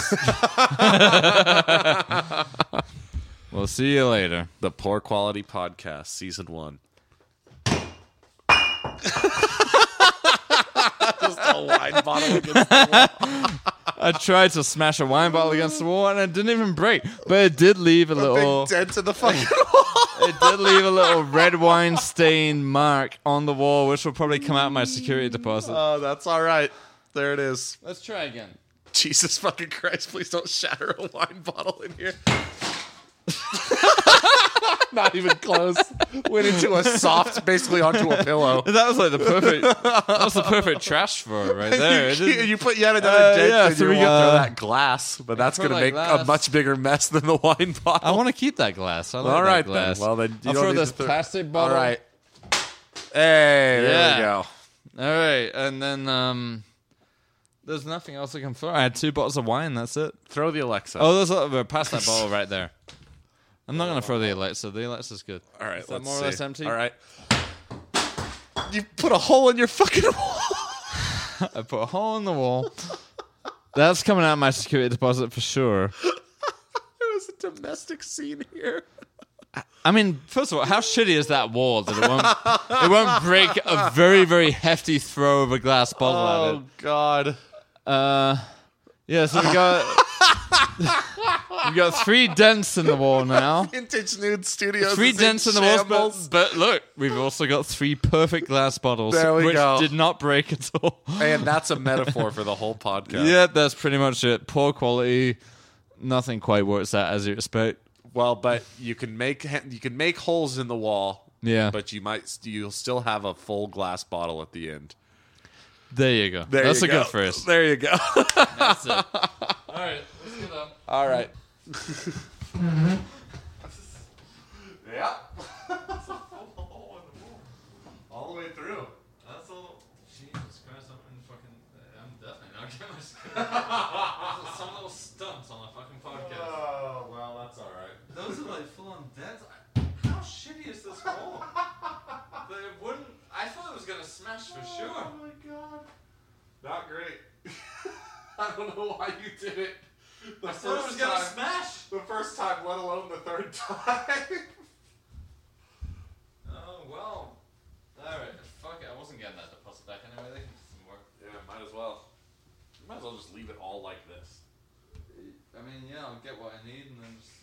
[SPEAKER 2] we'll see you later.
[SPEAKER 1] The Poor Quality Podcast, Season 1. Just a wine bottle against the wall.
[SPEAKER 2] I tried to smash a wine bottle against the wall and it didn't even break, but it did leave a little.
[SPEAKER 1] Big dent in the fucking
[SPEAKER 2] it did leave a little red wine stain mark on the wall, which will probably come out of my security deposit.
[SPEAKER 1] Oh, that's all right. There it is.
[SPEAKER 2] Uh, Let's try again.
[SPEAKER 1] Jesus fucking Christ, please don't shatter a wine bottle in here. Not even close. Went into a soft, basically onto a pillow.
[SPEAKER 2] That was like the perfect. that was the perfect trash for it right there. It
[SPEAKER 1] you,
[SPEAKER 2] didn't-
[SPEAKER 1] you put yet another
[SPEAKER 2] Uh,
[SPEAKER 1] dent
[SPEAKER 2] yeah,
[SPEAKER 1] in your
[SPEAKER 2] three,
[SPEAKER 1] wine.
[SPEAKER 2] uh,
[SPEAKER 1] Throw that glass, but that's
[SPEAKER 2] throw
[SPEAKER 1] going to
[SPEAKER 2] that
[SPEAKER 1] make a
[SPEAKER 2] glass.
[SPEAKER 1] much bigger mess than the wine bottle.
[SPEAKER 2] I want to keep that glass. I like
[SPEAKER 1] All
[SPEAKER 2] that
[SPEAKER 1] right,
[SPEAKER 2] glass.
[SPEAKER 1] then. Well, then you
[SPEAKER 2] I'll
[SPEAKER 1] don't
[SPEAKER 2] throw
[SPEAKER 1] need
[SPEAKER 2] this
[SPEAKER 1] to throw-
[SPEAKER 2] plastic
[SPEAKER 1] All
[SPEAKER 2] bottle.
[SPEAKER 1] right. Hey, there
[SPEAKER 2] Yeah.
[SPEAKER 1] we go.
[SPEAKER 2] All right, and then um, there's nothing else I can throw. I had two bottles of wine. That's it.
[SPEAKER 1] Throw the Alexa.
[SPEAKER 2] Oh, there's a lot of, pass that bottle right there. I'm not gonna throw the Alexa. The Alexa's good.
[SPEAKER 1] All right,
[SPEAKER 2] Is that
[SPEAKER 1] let's
[SPEAKER 2] more
[SPEAKER 1] see.
[SPEAKER 2] or less empty.
[SPEAKER 1] All right. You put a hole in your fucking wall.
[SPEAKER 2] I put a hole in the wall. That's coming out of my security deposit for sure.
[SPEAKER 1] There was a domestic scene here.
[SPEAKER 2] I mean, first of all, how shitty is that wall that it won't it won't break a very very hefty throw of a glass bottle
[SPEAKER 1] Oh God.
[SPEAKER 2] at it. Uh, yeah, so we got we got three dents in the wall now.
[SPEAKER 1] Vintage Nude Studios.
[SPEAKER 2] Three
[SPEAKER 1] is
[SPEAKER 2] dents in the walls,
[SPEAKER 1] shambles.
[SPEAKER 2] but, but look, we've also got three perfect glass bottles,
[SPEAKER 1] There we
[SPEAKER 2] which
[SPEAKER 1] go.
[SPEAKER 2] did not break at all.
[SPEAKER 1] And that's a metaphor for the whole podcast.
[SPEAKER 2] Yeah, that's pretty much it. Poor quality. Nothing quite works out as you expect.
[SPEAKER 1] Well, but you can make you can make holes in the wall.
[SPEAKER 2] Yeah.
[SPEAKER 1] But you might you'll still have a full glass bottle at the end.
[SPEAKER 2] There you go.
[SPEAKER 1] There
[SPEAKER 2] that's
[SPEAKER 1] you
[SPEAKER 2] a
[SPEAKER 1] go.
[SPEAKER 2] good first.
[SPEAKER 1] There you go.
[SPEAKER 2] That's it. All right, let's get up.
[SPEAKER 1] All right. Mm-hmm. yeah. All the way through.
[SPEAKER 2] That's all. Jesus Christ, I'm in fucking. I'm definitely not getting Some little stunts on a fucking podcast.
[SPEAKER 1] Oh well, that's all right.
[SPEAKER 2] Those are like full on dents. I- How shitty is this wall? But it wouldn't. I thought it was gonna smash for sure.
[SPEAKER 1] Oh my god. Not great. I don't know why you did it. The
[SPEAKER 2] I thought it was gonna smash.
[SPEAKER 1] the first time, let alone the third time.
[SPEAKER 2] Oh well. Alright, fuck it. I wasn't getting that deposit back anyway. They can do some work.
[SPEAKER 1] yeah, might as well. You might as well just leave it all like this.
[SPEAKER 2] I mean, yeah, I'll get what I need and then just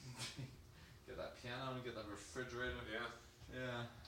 [SPEAKER 2] get that piano and get that refrigerator.
[SPEAKER 1] Yeah. Ah.
[SPEAKER 2] Yeah. Oh,